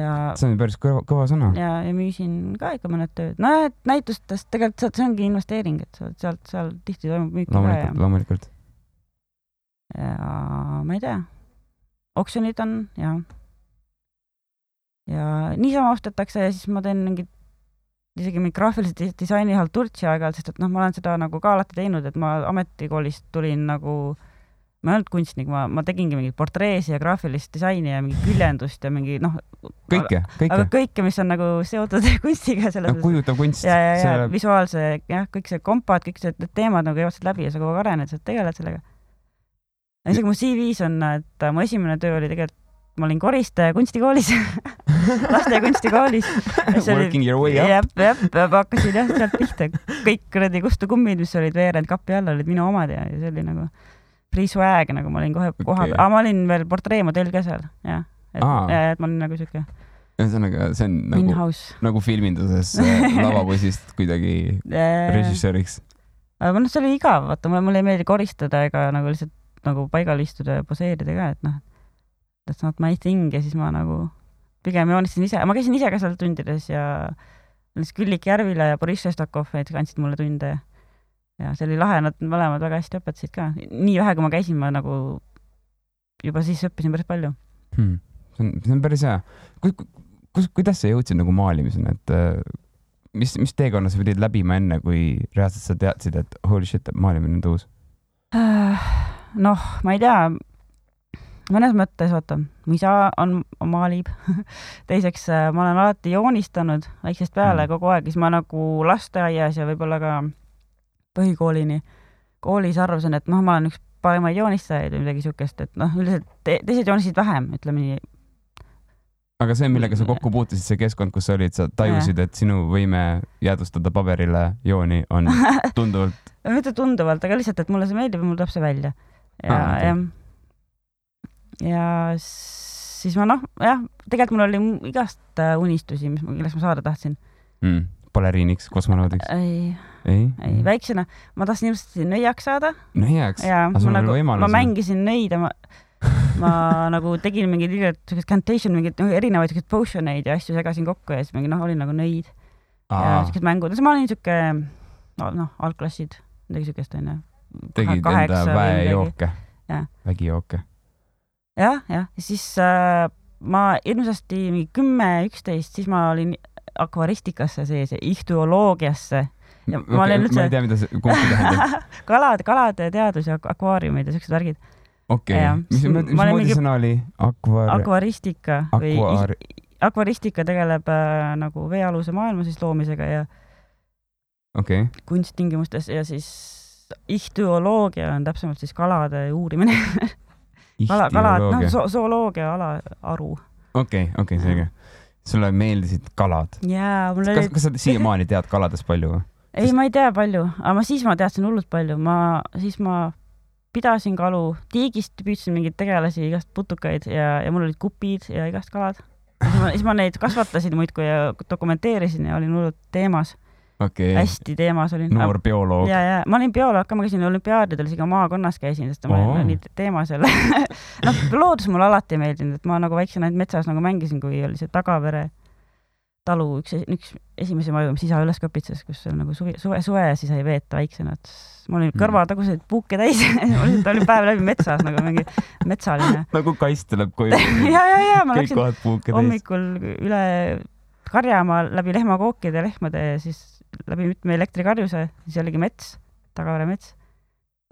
ja ,
see on päris kõva , kõva sõna .
ja , ja müüsin ka ikka mõned tööd , nojah , et näitustest tegelikult sealt , see ongi investeering , et sa oled sealt , seal tihti toimub müük ka ja
loomulikult ,, loomulikult .
ja ma ei tea , oksjonid on ja , ja niisama ostetakse ja siis ma teen mingit isegi mingit graafilise dis- disaini halturtsi aeg-ajalt , sest et noh , ma olen seda nagu ka alati teinud , et ma ametikoolist tulin nagu , ma ei olnud kunstnik , ma , ma tegingi mingit portreesi ja graafilist disaini ja mingit küljendust ja mingi noh ,
kõike ,
aga
kõike . Nagu
kõike , mis on nagu seotud kunstiga selles mõttes .
kujutav kunst .
ja , ja , ja visuaalse jah , kõik see kompad , kõik see , need teemad nagu käivad sealt läbi ja sa kogu aeg arened , sa tegeled sellega . isegi mu CV-s on , et äh, mu esimene töö oli tegelikult , ma olin koristaja kunstikoolis , laste kunstikoolis .
Working your way up .
jah , jah , hakkasin jah sealt pihta , kõik kuradi kustukummid , mis olid veerenud kapi all , olid minu omad ja ja see oli nagu free swag , nagu ma olin kohe koha peal ,
Okei.
aga ma olin veel portreemodell ka seal , jah . et
Aa. ,
et ma olin nagu siuke
ühesõnaga , see on nagu ,
in-house .
nagu filminduses äh, lavapoisist kuidagi režissööriks .
aga noh , see oli igav , vaata mulle , mulle ei meeldi koristada ega nagu lihtsalt nagu paigal istuda ja poseerida ka , et noh , that's not my thing ja siis ma nagu pigem joonistasin ise , ma käisin ise ka seal tundides ja näiteks Küllik Järvila ja Boriss Šestakov näiteks andsid mulle tunde ja ja see oli lahe , nad mõlemad väga hästi õpetasid ka . nii vähe , kui ma käisin , ma nagu juba siis õppisin päris palju .
hmm. . see on , see on päris hea . kus , kuidas sa jõudsid nagu maalimiseni , et äh, mis , mis teekonna sa pidid läbima enne , kui reaalselt sa teadsid , et holy shit , maalimine on tõus ?
noh , ma ei tea , mõnes mõttes vaata , mu isa on , maalib , teiseks äh, ma olen alati joonistanud väiksest peale
Mm.
kogu aeg , siis ma nagu lasteaias ja võib-olla ka põhikoolini koolis arvasin , et noh , ma olen üks parimaid joonistajaid või midagi siukest , et noh , üldiselt te teised joonistasid vähem , ütleme nii ,
aga see , millega sa kokku puutusid , see keskkond , kus sa olid , sa tajusid , et sinu võime jäädvustada paberile jooni on tunduvalt
mitte tunduvalt , aga lihtsalt , et mulle see meeldib ja mul tuleb see välja . ja
Aa, , okei.
jah . ja siis ma noh , jah , tegelikult mul oli mu- igast äh, unistusi , mis , milleks ma saada tahtsin .
mm, baleriiniks , kosmonaudiks .
ei ,
ei,
ei , väiksena ma tahtsin hirmsasti nõiaks saada
no heaks .
ja
Aga sul
ma
oli
nagu ,
võimalus,
ma
jah.
mängisin nõid ja ma , ma nagu tegin mingeid ilgelt siukest cantation , mingeid nagu erinevaid siukseid potion eid ja asju segasin kokku ja siis mingi noh , olin nagu nõid ja
Aa,
siuksed mängud , no ma olin siuke no, noh , algklassid , midagi siukest onju .
tegid enda
kaheksa või
väejooke
Jah. ,
vägijooke .
jah , jah , siis äh, ma hirmsasti mingi kümme , üksteist , siis ma olin akvaristikasse sees ja ihtuoloogiasse , Ja
ma
ma olen
ei
üldse-
tea , mida see kumb tähendab .
kalad , kalade teadus ja ak- akvaariumid ja siuksed värgid ,
okei
Jah. ,
mis ,
Ma olen
mismoodi
mingi-
sõna oli ? akvar- ,
akvaristika või ih-
akvaar- ,
akvaristika tegeleb äh, nagu veealuse maailma siis loomisega ja
okei okay. .
kunsttingimustes ja siis ihtuoloogia on täpsemalt siis kalade uurimine , kala , kalad , noh ,
ihtioloogia .
zooloogia ala , aru .
okei , okei , selge . sulle meeldisid kalad .
jaa , mul oli
kas , kas sa siiamaani tead kaladest palju või ?
ei , ma ei tea palju , aga ma siis ma teadsin hullult palju , ma siis ma pidasin kalu , tiigist püüdsin mingeid tegelasi , igast putukaid ja , ja mul olid kupid ja igast kalad . siis ma neid kasvatasin muudkui ja dokumenteerisin ja olin hullult teemas .
okei okay. ,
hästi teemas olin .
noor bioloog .
ja , ja ma olin bioloog ka , ma käisin olümpiaadidel isegi maakonnas käisin , sest ma
Oo.
olin nii teemas jälle . noh , loodus mulle alati ei meeldinud , et ma nagu väiksena ainult metsas nagu mängisin , kui oli see Tagavere talu üks , üks esimesi maju , mis isa üles kõpitses , kus seal nagu suvi , suve , suve ja siis sai veeta väiksena , et ma olin
Mm.
kõrvataguseid puuke täis , ma lihtsalt olin päev läbi metsas nagu mingi metsaline .
nagu kass tuleb koju .
ja , ja , ja ma
kõik
läksin
kohad puuke täis .
hommikul üle Karjamaa läbi lehmakookide , lehmade ja siis läbi mitme elektrikarjuse , siis jällegi mets , Tagavere mets .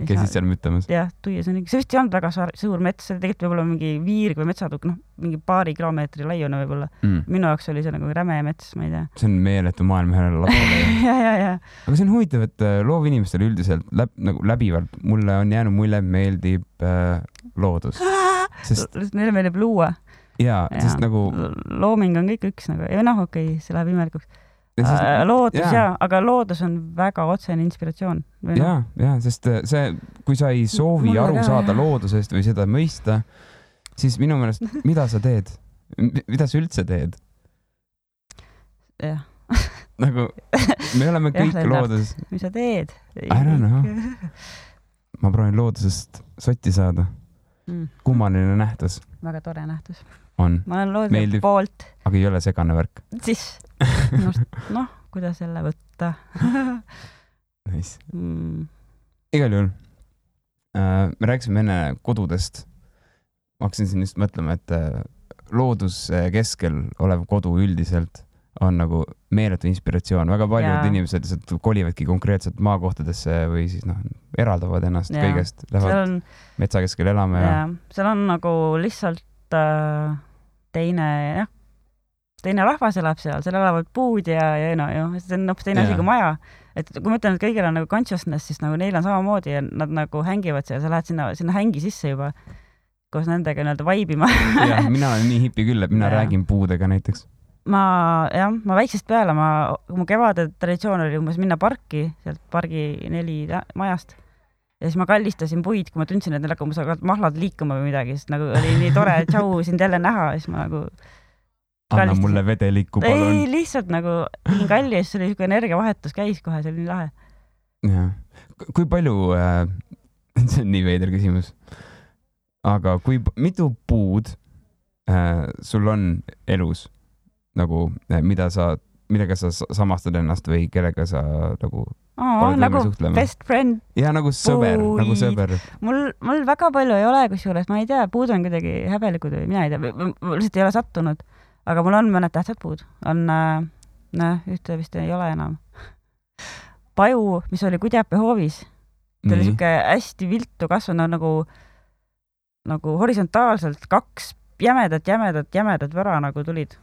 käisid seal müttamas ?
jah , tuies on , see vist ei olnud väga saar- suur mets , see oli tegelikult võib-olla mingi viirg või metsatukk , noh , mingi paari kilomeetri laiune võib-olla .
Mm.
minu jaoks oli see nagu räme mets , ma ei tea .
see on meeletu maailm ühele lapsele .
ja , ja , ja ,
aga see on huvitav , et äh, loovinimestele üldiselt läb, nagu läbivalt , mulle on jäänud mulje , meeldib äh, loodus , sest
neile meeldib luua .
ja, ja. ,
Jaa.
sest nagu .
looming on kõik üks nagu , või noh , okei okay, , see läheb imelikuks . loodus
jaa.
ja , aga loodus on väga otsene inspiratsioon . noh,
ja , ja sest äh, see , kui sa ei soovi
Mulle
aru
ka,
saada
jah.
loodusest või seda mõista , siis minu meelest , mida sa teed , mida sa üldse teed ,
jah ,
nagu me oleme
Jah,
kõik
Lennart.
looduses ,
mis sa teed ?
I don't know. ma proovin loodusest sotti saada ,
Mm,
kummaline nähtus
väga tore nähtus .
on ,
ma olen looduse
Meeldib.
Meeldib. poolt ,
aga ei ole segane värk .
siis noh, noh , kuidas jälle võtta
Nice .
mm, ?
igal juhul äh, , me rääkisime enne kodudest . ma hakkasin siin just mõtlema , et äh, looduse keskel olev kodu üldiselt on nagu meeletu inspiratsioon , väga paljud
Jaa.
ja. inimesed lihtsalt kolivadki konkreetselt maakohtadesse või siis noh , eraldavad ennast ja.
Jaa.
kõigest ,
seal
lähevad
on ,
metsa keskel elama ja, ja.
jaa , seal on nagu lihtsalt äh, teine , jah , teine rahvas elab seal , seal elavad puud ja , ja no ju , see on hoopis teine
Jaa.
asi kui maja . et kui ma ütlen , et kõigil on nagu consciousness , siis nagu neil on samamoodi ja nad nagu hängivad seal , sa lähed sinna , sinna hängi sisse juba koos nendega nii-öelda vaibima .
ja mina olen nii hipi küll , et mina ja.
Jaa.
räägin puudega näiteks .
ma jah , ma väiksest peale , ma , mu kevade traditsioon oli umbes minna parki , sealt pargi neli tä- majast . ja siis ma kallistasin puid , kui ma tundsin , et neil hakkavad hakkavad mahlad liikuma või midagi , sest nagu oli nii tore , tšau sind jälle näha , siis ma nagu
anna
Kallistasin.
mulle vedelikku ,
ei
palun .,
lihtsalt nagu tegin kalli ja siis oli niisugune energiavahetus käis kohe , see oli nii lahe .
kui palju äh, , see on nii veider küsimus , aga kui p- mitu puud äh, sul on elus nagu , mida sa , millega sa sa- samastad ennast või kellega sa nagu oled
nagu
nagu suhtlema ?
best friend ,
ja nagu sõber , nagu
puid.
sõber .
mul , mul väga palju ei ole kusjuures , ma ei tea , puud on kuidagi häbelikud või mina ei tea , ma lihtsalt ei ole sattunud . aga mul on mõned tähtsad puud , on äh, , noh , ühte vist ei ole enam . paju , mis oli Kudjapi hoovis , ta oli
nii ,
niisugune hästi viltu kasvanud nagu , nagu horisontaalselt kaks jämedat , jämedat , jämedat vära nagu tulid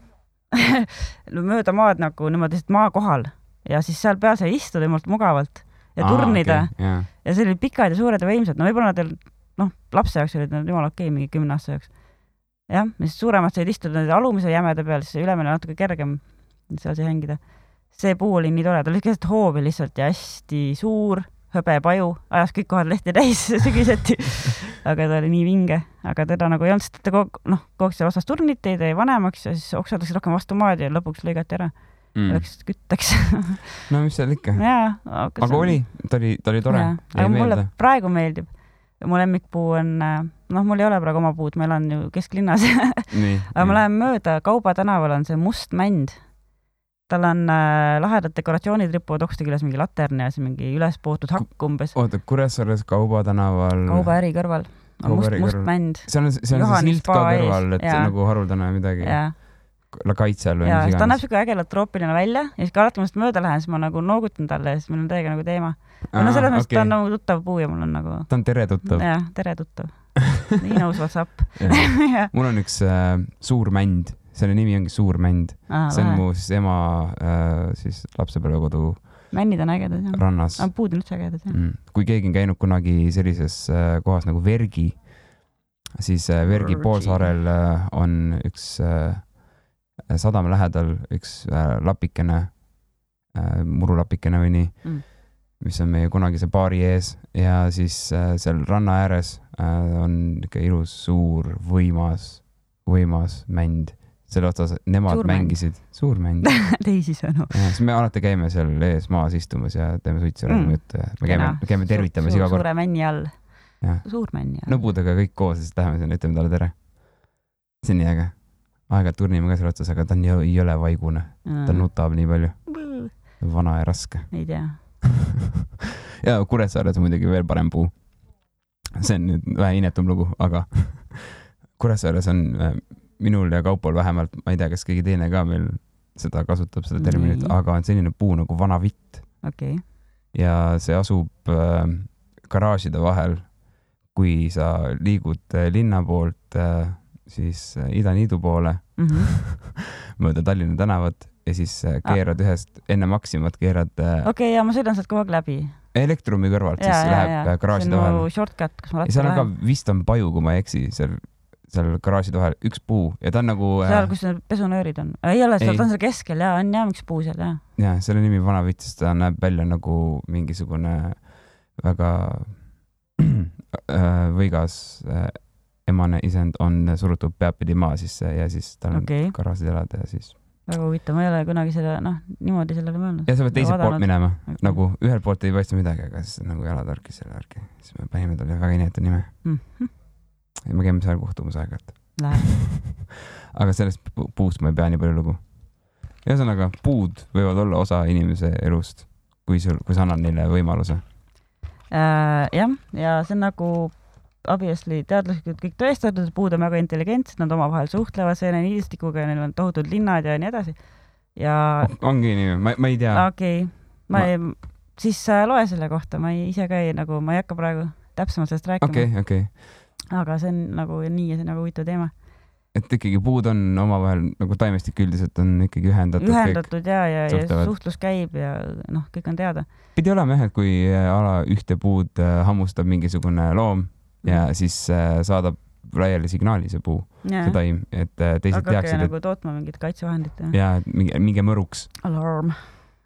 no, mööda maad nagu niimoodi lihtsalt maa kohal ja siis seal peal sai istuda niimoodi mugavalt ja turnida ah, .
Okay, jaa.
ja see oli pikad ja suured ja võimsad , no võib-olla nad olid noh , lapse jaoks olid nad jumala okei okay, , mingi kümne aasta jaoks . jah , siis suuremad said istuda nende alumise jämeda peal , siis see ülemine natuke kergem , seal sai hängida . see puu oli nii tore , ta oli keset hoovi lihtsalt ja hästi suur , hõbepaju , ajas kõik kohad lehti täis sügiseti . aga ta oli nii vinge , aga teda nagu ei olnud , sest ta kogu , noh , kogu aeg seal osas turniti , ta jäi vanemaks ja siis oksad läksid rohkem vastu maad ja lõpuks lõigati ära mm. ,
Mm.
läks kütteks
no mis seal ikka ,
jaa , aga
aga oli , ta oli , ta oli tore ,
aga
jäi
mulle
meelde .
praegu meeldib . mu lemmikpuu on , noh , mul ei ole praegu oma puud , ma elan ju kesklinnas ,
nii .
aga ma lähen mööda , Kauba tänaval on see must mänd . tal on äh, lahedad dekoratsioonid ripuvad okste küljes , mingi latern ja siis mingi ülespootud hakk umbes
oota , Kuressaares Kauba tänaval .
Kauba äri kõrval .
mm. Kauba
must
äri ,
must
kõrval.
mänd
seal on , seal on see
Johani
silt ka
spa ees,
kõrval , et
jaa.
nagu haruldane midagi .
ja ,
la kaitse all või
ja
mis
ta näeb
iganes .
siuke ägedalt troopiline välja ja siis kui alati ma sellest mööda lähen , siis ma nagu noogutan talle ja siis meil on täiega nagu teema . no selles mõttes okay. ta on nagu tuttav puu ja mul on nagu ,
ta on teretuttav .
jah , tere tuttav . nii nõus Whatsapp .
mul on üks äh, suur mänd , selle nimi ongi Suur mänd ,
Ah,
see on mu siis ema äh, siis lapsepõlvekodu
männid on ägedad jah .
rannas
Mm. aga puud on üldse ägedad jah .
mm. . kui keegi on käinud kunagi sellises äh, kohas nagu Vergi , siis äh, Vergi
Vergi.
poolsaarel äh, on üks äh, sadama lähedal üks äh, lapikene äh, , murulapikene või nii
Mm.
mm. , mis on meie kunagise baari ees ja siis äh, seal ranna ääres äh, on niisugune ilus suur võimas , võimas mänd . selle otsas nemad
Suur mäng.
mängisid , suur mäng . ja
teisisõnu .
siis me alati käime seal ees maas istumas ja teeme suitsu
Mm.
mm. juttu ja me käime , me käime tervitamas iga kord .
suure männi all
Jah. .
suur männi all .
nõbudega kõik koos ja siis läheme sinna , ütleme talle tere . see on nii äge . aeg-ajalt turnime ka selle otsas , aga ta on jõ- jõle vaigune , ta
Mm.
nutab nii palju ,
nutab .
vana ja raske .
ei tea .
ja Kuressaares on muidugi veel parem puu . see on nüüd vähe inetum lugu , aga Kuressaares on äh, minul ja Kaupol vähemalt , ma ei tea , kas keegi teine ka meil seda kasutab , seda terminit ,
Nii.
aga on selline puu nagu vana vitt
okei okay. .
ja see asub äh, garaažide vahel . kui sa liigud äh, linna poolt äh, siis äh, Ida-Niidu poole
Mm -hmm.
mööda Tallinna tänavat ja siis äh, keerad ah. ühest , enne Maximat keerad äh,
okei okay, , ja ma sõidan sealt kogu aeg läbi .
Elektrumi kõrvalt , siis läheb ja. garaažide
see on nagu
vahel
mu . shortcut , kas ma
ja seal
rattaga
on ka
lähen .
vist on paju , kui ma ei eksi , seal , seal garaažide vahel üks puu ja ta on nagu ,
seal , kus need pesunöörid on . ei ole , seal
Ei.
ta on seal keskel ja on jah üks puu seal ja .
jaa , selle nimi Vana Vits , ta näeb välja nagu mingisugune väga äh, võigas äh, emane isend on surutud peapidi maa sisse ja siis tal on
Okei.
okay. garaažid elada ja siis .
väga huvitav , ma ei ole kunagi selle , noh , niimoodi sellele mõelnud .
ja sa pead teiselt poolt
Vaadanud.
minema
Okei.
nagu ühelt poolt ei paista midagi , aga siis nagu jala torkis selle värki , siis me panime talle väga inetu nime ja me käime seal kohtumas aeg-ajalt .
Mhm. Läheb .
aga sellest pu- puust ma ei pea nii palju lugu . ühesõnaga , puud võivad olla osa inimese elust , kui sul , kui sa annad neile võimaluse .
Äh, jah , ja see on nagu obviously teadlaslikult kõik tõestatud , et puud on väga intelligentsed , nad omavahel suhtlevad , see on niidistikuga ja neil on tohutud linnad ja nii edasi . ja
ongi nii , ma , ma ei tea .
okei okay, , ma ei , siis äh, loe selle kohta , ma ei, ise ka ei nagu , ma ei hakka praegu täpsemalt sellest rääkima
okei , okei ,
aga see on nagu nii ja see on väga huvitav teema .
et ikkagi puud on omavahel nagu taimestik üldiselt on ikkagi ühendatud, ühendatud.
ühendatud ja , ja , ja
suhtlevad.
suhtlus käib ja noh , kõik on teada .
kõik . pidi olema jah , et kui äh, ala ühte puud äh, hammustab mingisugune loom
Mhm.
ja mm. siis äh, saadab laiali signaali see puu , see
hakake
taim , et äh, teised Aga teaksid , et
nagu tootma mingit kaitsevahendit ja
jaa , et minge , minge mõruks .
alarm .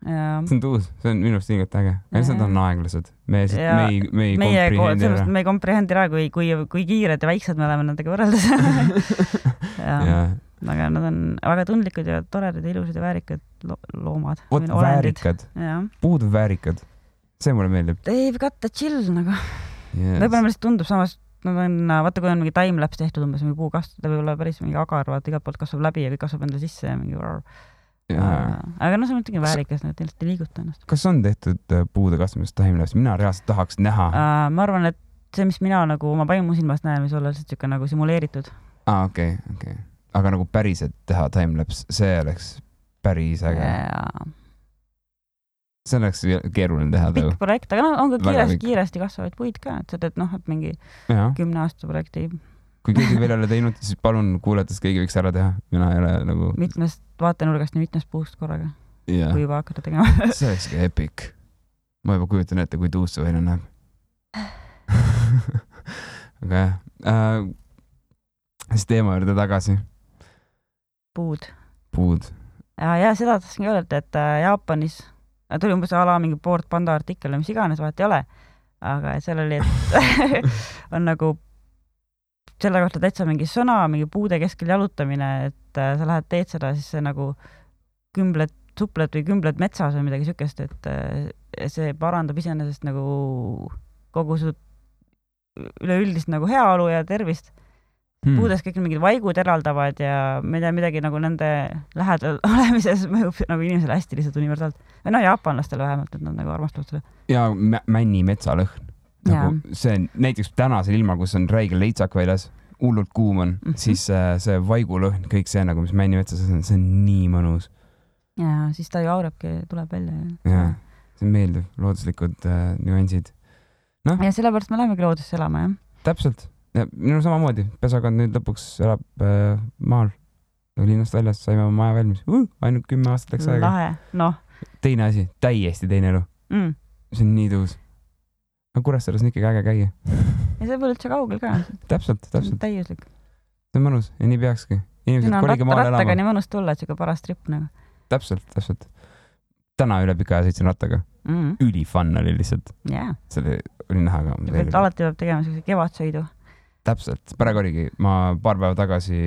see on tuus , see on minu arust liigelt äge . lihtsalt on aeglased . me lihtsalt ,
Ja
me ei , me ei
meie ,
komprehendi ära
sellepärast . me ei komprehendi ära , kui , kui , kui kiired ja väiksed me oleme nendega võrreldes .
ja
aga nad on väga tundlikud ja toredad ja ilusad ja väärikad lo loomad .
vot väärikad ,
jah ,
puud on väärikad . see mulle meeldib
they've got the chill nagu . võib-olla
yes. .
mulle lihtsalt tundub samas , nad on , vaata , kui on mingi time-lapse tehtud umbes mingi puu kasv , ta võib olla päris mingi agar , vaata igalt poolt kasvab läbi ja kõik kasvab endale sisse ja mingi . aga noh , see on muidugi väärikas , nad ilmselt ei liiguta ennast .
kas on tehtud äh, puude kasvamist taimlas , mina reaalselt tahaks näha ah. .
ma arvan , et see , mis mina nagu oma vaimusilmast näen , võis olla lihtsalt siuke nagu simuleeritud .
aa ah, , okei okay, , okei okay. . aga nagu päriselt teha timelapse , see oleks päris äge yeah. .
pikk
see oleks keeruline teha tegu .
projekt , aga noh , on ka
Nagu Väga
kiiresti ,
pikk.
kiiresti kasvavaid puid ka , et sa teed noh , et mingi
jah ,
kümne aasta projekti
kui keegi veel ei ole teinud , siis palun kuulata , siis keegi võiks ära teha . mina ei ole nagu ,
mitmest vaatenurgast ja mitmest puust korraga ,
jah
kui . juba hakata tegema .
see olekski epic . ma juba kujutan ette , kui tuus see välja näeb . aga jah äh, , siis teema juurde tagasi ,
puud .
puud .
ja , ja Äh, seda tahtsingi öelda , et äh, Jaapanis äh, tuli umbes ala mingi Board Panda artikkel või mis iganes , vahet ei ole . aga seal oli , et on nagu selle kohta täitsa mingi sõna , mingi puude keskel jalutamine , et äh, sa lähed teed seda , siis see nagu kümbled , supled või kümbled metsas või midagi siukest , et äh, see parandab iseenesest nagu kogu su üleüldist nagu heaolu ja tervist .
Hmm. Mm.
puudes kõik need mingid vaigud eraldavad ja ma ei tea , midagi nagu nende lähedal olemises mõjub nagu inimesele hästi lihtsalt universaalt . või noh , jaapanlastel vähemalt , et nad nagu armastavad seda .
ja mä- männi metsalõhn . nagu see on näiteks tänasel ilmal , kus on räige leitsak väljas , hullult kuum on mm ,
Mhm.
-hmm. siis äh, see vaigulõhn , kõik see nagu , mis männi metsas on , see on nii mõnus .
ja siis ta ju aurabki , tuleb välja ja
jaa , see meeldib , looduslikud äh, nüansid .
ja sellepärast me lähemegi loodusesse elama , jah .
täpselt , minul samamoodi , pesakond nüüd lõpuks elab äh, maal , linnast väljas , saime oma maja valmis uh, , ainult kümme aastat läks aega .
lahe , noh
teine asi , täiesti teine elu ,
mm. .
see on nii tõus . no Kuressaares on ikkagi äge käia .
ja see pole üldse kaugel ka ,
täpselt , täpselt ,
täiuslik .
see on mõnus ja nii peakski . inimesed
sinna on
kolige
ratta ,
maale
rattaga
elama ,
nii mõnus tulla , et siuke paras trip nagu
täpselt , täpselt . täna üle pika aja sõitsin rattaga ,
mm. .
üli fun oli lihtsalt ,
jaa ,
selle oli näha
et
ka .
alati peab tegema siukse kevadsõidu .
täpselt , praegu oligi , ma paar päeva tagasi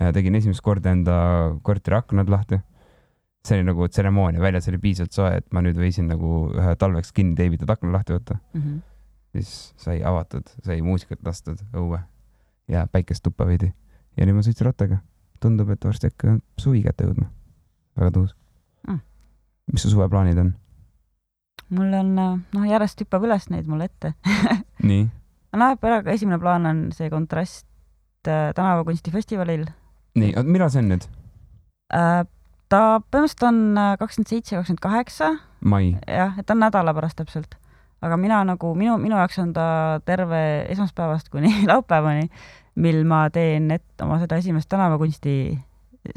äh, tegin esimest korda enda korteri aknad lahti . see oli nagu tseremoonia , väljas oli piisavalt soe , et ma nüüd võisin nagu ühe talveks kinni teibitud akna lahti võtta ,
-hmm.
siis sai avatud , sai muusikat lastud õue ja päikest tuppa veidi . ja nüüd ma sõitsin rattaga . tundub , et varsti hakkab suvi kätte jõudma . väga tõus
Mm.
mm. . mis su suveplaanid on ?
mul on , noh , järjest hüppab üles neid mulle ette .
nii ,
läheb ära , esimene plaan on see kontrast äh, tänavakunstifestivalil
nii , oot , millal see on nüüd ?
äh, . ta põhimõtteliselt on äh, kakskümmend seitse , kakskümmend kaheksa ,
mai ,
jah , et ta on nädala pärast täpselt . aga mina nagu , minu , minu jaoks on ta terve esmaspäevast kuni laupäevani , mil ma teen et oma seda esimest tänavakunsti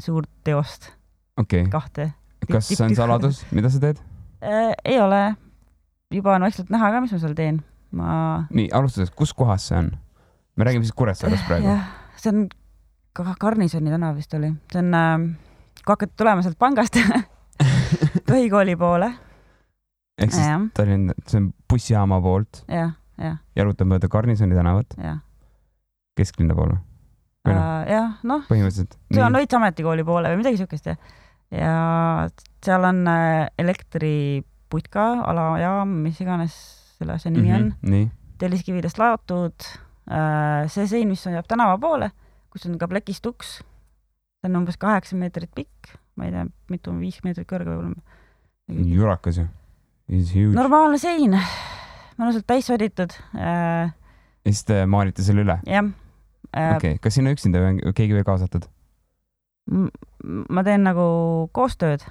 suurt teost ,
okei okay. ,
kahte
kas see on saladus , mida sa teed ?
äh, . ei ole , juba on vaikselt näha ka , mis ma seal teen . ma
nii , alustuseks , kus kohas see on ? me räägime siis Kuressaarest praegu .
jah , see on ka Garnisoni tänav vist oli , see on äh, , kui hakkad tulema sealt pangast põhikooli poole ,
ehk siis
jah ,
Tallinn , see on bussijaama poolt ,
jah , jah ,
jalutab mööda Garnisoni tänavat
jah ,
kesklinna poole , Või noh.
jah , noh ,
põhimõtteliselt .
see on Võitsa ametikooli poole või midagi siukest jah . ja seal on äh, elektriputka , alajaam , mis iganes selle asja nimi on ,
Mhm, nii ,
telliskividest laotud äh, , see sein , mis jääb tänava poole , kus on ka plekist uks , see on umbes kaheksa meetrit pikk , ma ei tea , mitu , viis meetrit kõrge võib-olla .
jurakas ju . It's huge no. .
normaalne sein , mõnusalt täis soditud äh, ,
ja siis te maalite selle üle ?
jah äh, .
okei okay. , kas sinna üksinda või on keegi veel kaasatud ?
ma teen nagu koostööd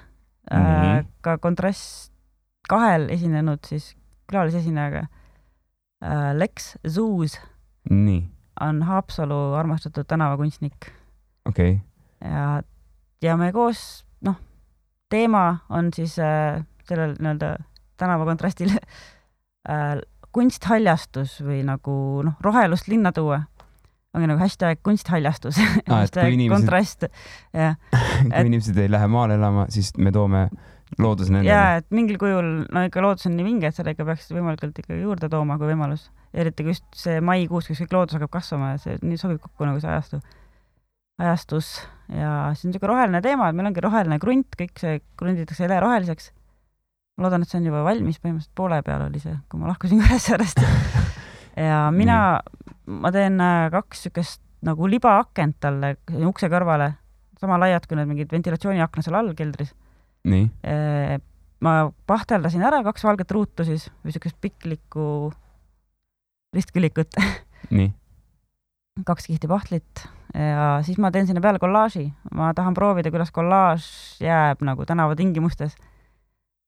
äh,
Nii.
ka kontrast kahel esinenud siis külalisesinejaga äh, . Lex Zuus
nii ,
on Haapsalu armastatud tänavakunstnik
okei okay. ,
ja , ja me koos , noh , teema on siis äh, sellel nii-öelda tänavakontrastil äh, kunsthaljastus või nagu noh , rohelust linna tuua ongi nagu hashtag kunsthaljastus
Ah, kui . inimesed-
kontrast ja ,
kui
Et-
inimesed ei lähe maale elama , siis me toome looduse
ja
nendele .
et mingil kujul , no ikka loodus on nii vinge , et selle ikka peaks võimalikult ikka juurde tooma , kui võimalus . eriti kui just see maikuus , kus kõik loodus hakkab kasvama ja see nii sobib kokku nagu see ajastu , ajastus ja see on niisugune roheline teema , et meil ongi roheline krunt , kõik see krunditakse üle roheliseks . ma loodan , et see on juba valmis , põhimõtteliselt poole peal oli see , kui ma lahkusin Kuressaarest . ja mina , ma teen äh, kaks niisugust nagu libaakent talle ukse kõrvale , sama laiad kui need mingid ventilatsiooniakna seal all keldris .
nii ,
Eh, ma pahteldasin ära kaks valget ruutu siis või siukest piklikku ristkülikut ,
nii ,
kaks kihti pahtlit ja siis ma teen sinna peale kollaaži . ma tahan proovida , kuidas kollaaž jääb nagu tänavatingimustes .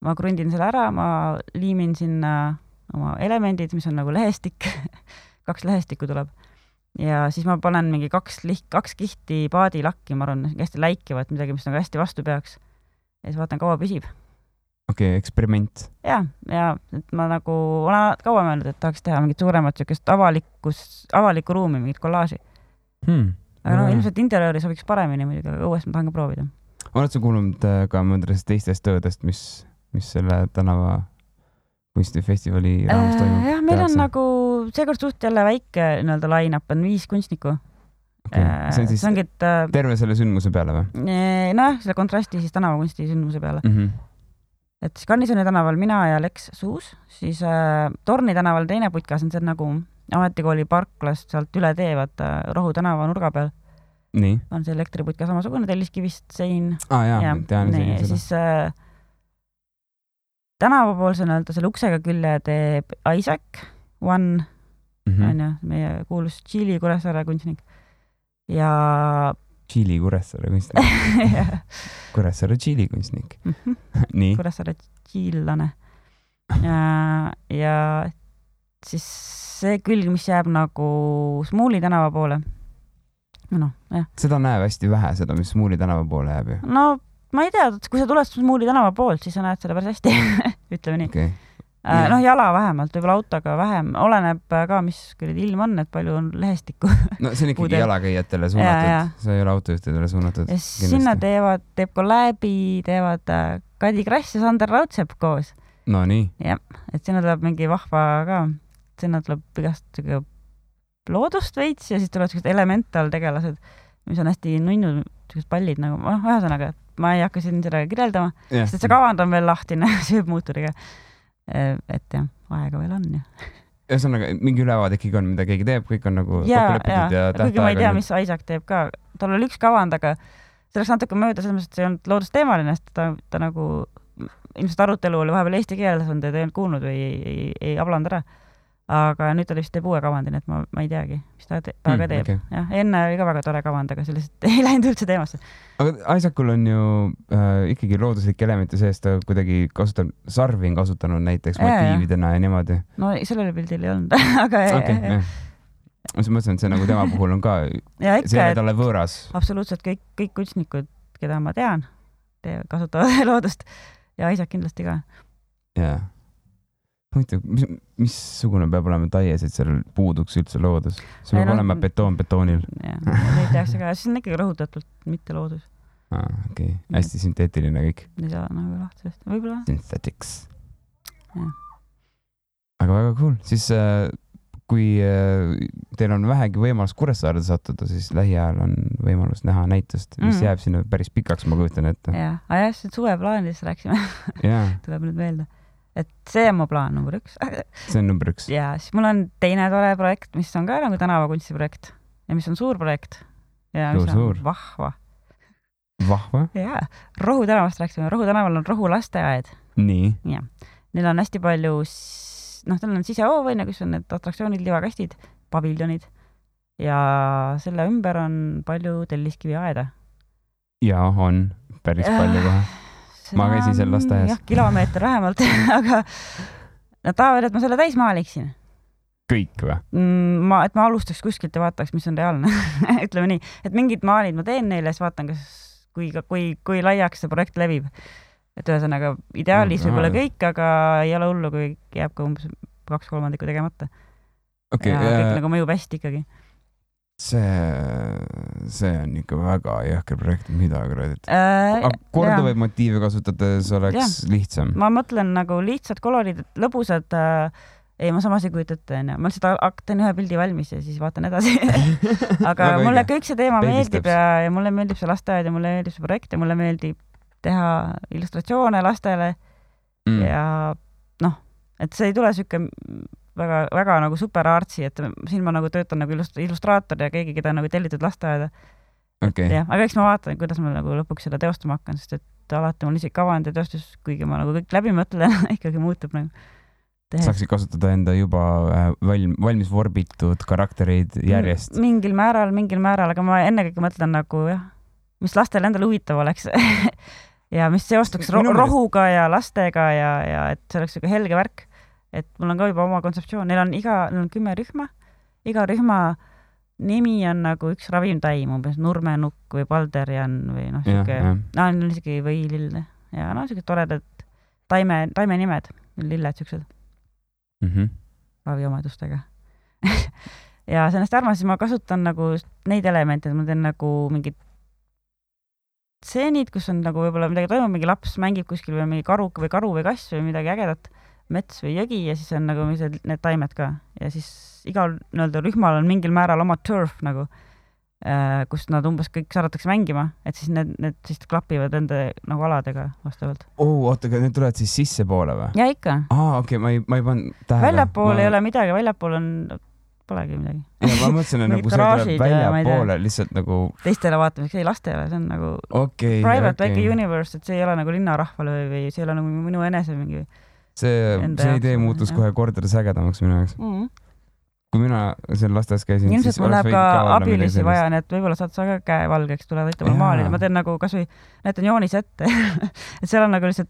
ma krundin selle ära , ma liimin sinna oma elemendid , mis on nagu lehestik , kaks lehestikku tuleb . ja siis ma panen mingi kaks liht- , kaks kihti paadilakki , ma arvan , hästi läikivat , midagi , mis nagu hästi vastu peaks . ja siis vaatan , kaua püsib .
okei okay, , eksperiment .
ja , ja et ma nagu olen alati kaua mõelnud , et tahaks teha mingit suuremat niisugust avalikus , avalikku ruumi , mingit kollaaži .
Hmm.
aga noh ,
Jaa.
ilmselt interjööri sobiks paremini muidugi , aga õues ma tahan ka proovida .
oled sa kuulnud äh, ka mõndadest teistest töödest , mis , mis selle tänava kunstifestivali raames toimub ?
Äh, jah , meil on nagu seekord suht jälle väike nii-öelda line-up on viis kunstnikku .
okay. . see on siis
see ongi , et äh, eh,
terve selle sündmuse peale või
nojah , selle kontrasti siis tänavakunstisündmuse peale .
mm ? -hmm.
et siis Garnisoni tänaval mina ja Lex Suus , siis äh, Torni tänaval teine putkas on see nagu ametikooli parklast sealt üle tee , vaata Rohu tänava nurga peal
nii
on see elektriputka samasugune telliskivist sein .
ah, , jaa ja, , tean
nii ,
isegi seda .
siis äh, tänavapoolse nii-öelda selle uksega külje teeb Isaac One ,
Mhm.
onju , meie kuulus Tšiili Kuressaare kunstnik . ja
Tšiili Kuressaare kunstnik , Kuressaare Tšiili kunstnik . nii ,
mhm, Kuressaare tšiillane . ja siis see külg , mis jääb nagu Smuuli tänava poole . noh , jah .
seda näeb hästi vähe , seda , mis Muuli tänava poole jääb ju .
no ma ei tea , kui sa tuled Smuuli tänava poolt , siis sa näed seda päris hästi , ütleme nii .
okei okay. , Jah.
noh , jala vähemalt , võib-olla autoga vähem , oleneb äh, ka , mis kuradi ilm on , et palju on lehestikku .
no see on ikkagi
Pudel.
jalakäijatele
Jaa, jaa.
suunatud , see ei ole autojuhtidele suunatud .
ja sinna teevad , teeb kolläbi , teevad äh, Kadi Krass ja Sander Raudsepp koos ,
Nonii ,
et sinna tuleb mingi vahva ka , sinna tuleb igast siuke loodust veits ja siis tulevad siuksed elemental tegelased , mis on hästi nunnu , siuksed pallid nagu , noh , ühesõnaga , ma ei hakka siin seda kirjeldama ,
jah
sest see kavand on veel lahtine sööbmuuturiga . Äh, et jah , aega veel on ju .
ühesõnaga mingi ülevaade ikkagi on , mida keegi teeb , kõik on nagu
ja ,
kokku lepitud ja
ja , kuigi ma ei
tähtaeg
tea ,
on .
mis Isaac teeb ka , tal oli üks kavand , aga see läks natuke mööda selles mõttes , et see ei olnud loodusteemaline , sest ta , ta nagu ilmselt arutelu oli vahepeal eesti keeles olnud ja ta ei olnud kuulnud või ei, ei, ei ablanud ära . aga nüüd ta vist teeb uue kavandi , nii et ma , ma ei teagi , mis ta , ta ka teeb .
okay. .
jah , enne oli ka väga tore kavand , aga see lihtsalt ei läinud üldse teemasse .
aga Isaacul on ju äh, ikkagi looduslike elemente sees , ta kuidagi kasutab , sarvi on kasutanud näiteks
Jaa, jaa.
motiividena ja niimoodi .
no sellel pildil ei olnud , aga e-,
okei ,
okay,
jah . ma siis mõtlesin , et see nagu tema puhul on ka ,
ja
see ei
ikka
ole , talle võõras .
et absoluutselt kõik , kõik kunstnikud , keda ma tean , kasutavad loodust ja Isaac kindlasti ka .
jaa . huvitav , mis , missugune peab olema taies , et seal puuduks üldse loodus ? see
Ei,
peab
noh,
olema betoon betoonil .
jah , neid tehakse ka , siis on ikkagi rõhutatult mitte loodus ,
aa , okei okay. ,
Mm.
hästi sünteetiline kõik .
ei saa nagu lahti sellest , võib-olla
Synthetics
Jah. .
aga väga cool , siis äh, kui äh, teil on vähegi võimalus Kuressaarde sattuda , siis lähiajal on võimalus näha näitust , mis
Mhm.
mm. jääb sinna päris pikaks , ma kujutan ette .
jah , aga jah , siin suveplaanidest rääkisime ,
jaa ,
tuleb nüüd meelde , et see on mu plaan number üks
see on number üks .
ja siis mul on teine tore projekt , mis on ka nagu tänavakunsti projekt ja mis on suur projekt ja mis
Suur,
on
suur.
vahva
vahva ,
jaa , Rohu tänavast rääkisime , Rohu tänaval on Rohu lasteaed ,
nii ,
neil on hästi palju , noh , tal on sisehoov onju , kus on need atraktsioonid , liivakastid , paviljonid ja selle ümber on palju telliskiviaeda .
ja on päris palju kohe . Ma käisin seal lasteaias.
jah , kilomeeter vähemalt , aga nad tahavad , et ma selle täis maaliksin .
kõik või ?
ma , et ma alustaks kuskilt ja vaataks , mis on reaalne , ütleme nii , et mingid maalid ma teen neile , siis vaatan , kas , kui , kui , kui laiaks see projekt levib . et ühesõnaga ideaalis
Mm,
võib-olla
aa,
kõik , aga ei ole hullu , kui jääb ka umbes kaks kolmandikku tegemata
okei äh,
ja kõik
okay, ,
nagu mõjub hästi ikkagi .
see , see on ikka väga jõhker projekt , mida kuradi .
Äh,
aga
ma
korduvaid motiive kasutades oleks lihtsam .
mõtlen nagu lihtsad kolorid , lõbusad äh, ei , ma samas ei kujuta ette , onju . ma lihtsalt ak- teen ühe pildi valmis ja siis vaatan edasi . aga
Väga
mulle
õige.
kõik see teema
Baby
meeldib
steps.
ja , ja mulle meeldib see lasteaed ja mulle meeldib see projekt ja mulle meeldib teha illustratsioone lastele mm.
Mm.
ja noh , et see ei tule sihuke väga , väga nagu super artsi , et siin ma nagu töötan nagu illust- , illustraator ja keegi , keda nagu tellitud lasteaeda
okei okay. ,
jah , aga eks ma vaatan , kuidas ma nagu lõpuks seda teostama hakkan , sest et alati mul isegi kavand ja teostus , kuigi ma nagu kõik läbi mõtlen , ikkagi muutub nagu .
saaksid kasutada enda juba äh, valm- , valmis vorbitud karaktereid
Mm,
järjest .
mingil määral , mingil määral , aga ma ennekõike mõtlen nagu jah , mis lastele endale huvitav oleks . ja mis seostuks ro
Minu meelest-
rohuga ja lastega ja , ja et see oleks niisugune helge värk . et mul on ka juba oma kontseptsioon , neil on iga , neil on kümme rühma , iga rühma nimi on nagu üks ravimtaim umbes , nurmenukk või palderjan või noh ,
jah ,
niisugune
jah .
no on isegi võilill ja no siuksed toredad taime , taimenimed , lilled siuksed
Mhm.
raviomadustega . ja see on hästi armas , siis ma kasutan nagu neid elemente , et ma teen nagu mingid stseenid , kus on nagu võib-olla midagi toimub , mingi laps mängib kuskil või mingi karu või karu või kass või midagi ägedat , mets või jõgi ja siis on nagu mis need need taimed ka ja siis igal nii-öelda rühmal on mingil määral oma turf nagu , kus nad umbes kõik saadatakse mängima , et siis need , need siis klapivad nende nagu aladega vastavalt .
oo , Oh, oota , aga need tulevad siis sissepoole või ?
ja ikka ,
aa , okei , ma ei , ma ei pannud tähele .
väljapool
ma...
ei ole midagi , väljapool on , polegi midagi .
ja ma mõtlesin , et
mingid
nagu see
garaažid
tuleb
ja ma ei tea.
väljapoole lihtsalt nagu
teistele vaatamiseks , ei lastele , see on nagu
okei okay, .
private okay. väike . universe , et see ei ole nagu linnarahvale või , või see ei ole nagu minu enese mingi
see ,
Enda
see
jaoks
idee
on,
muutus
jah.
kohe kordades ägedamaks minu jaoks .
mm . -hmm.
kui mina seal lasteaias käisin , siis
ilmselt mul
oleks võinud
läheb ka
ka olla midagi
abilisi vaja
sellist .,
nii et võib-olla saad sa ka käe valgeks , tule aita mul
Jaa.
maalida , ma teen nagu kasvõi , näitan joonise ette . et seal on nagu lihtsalt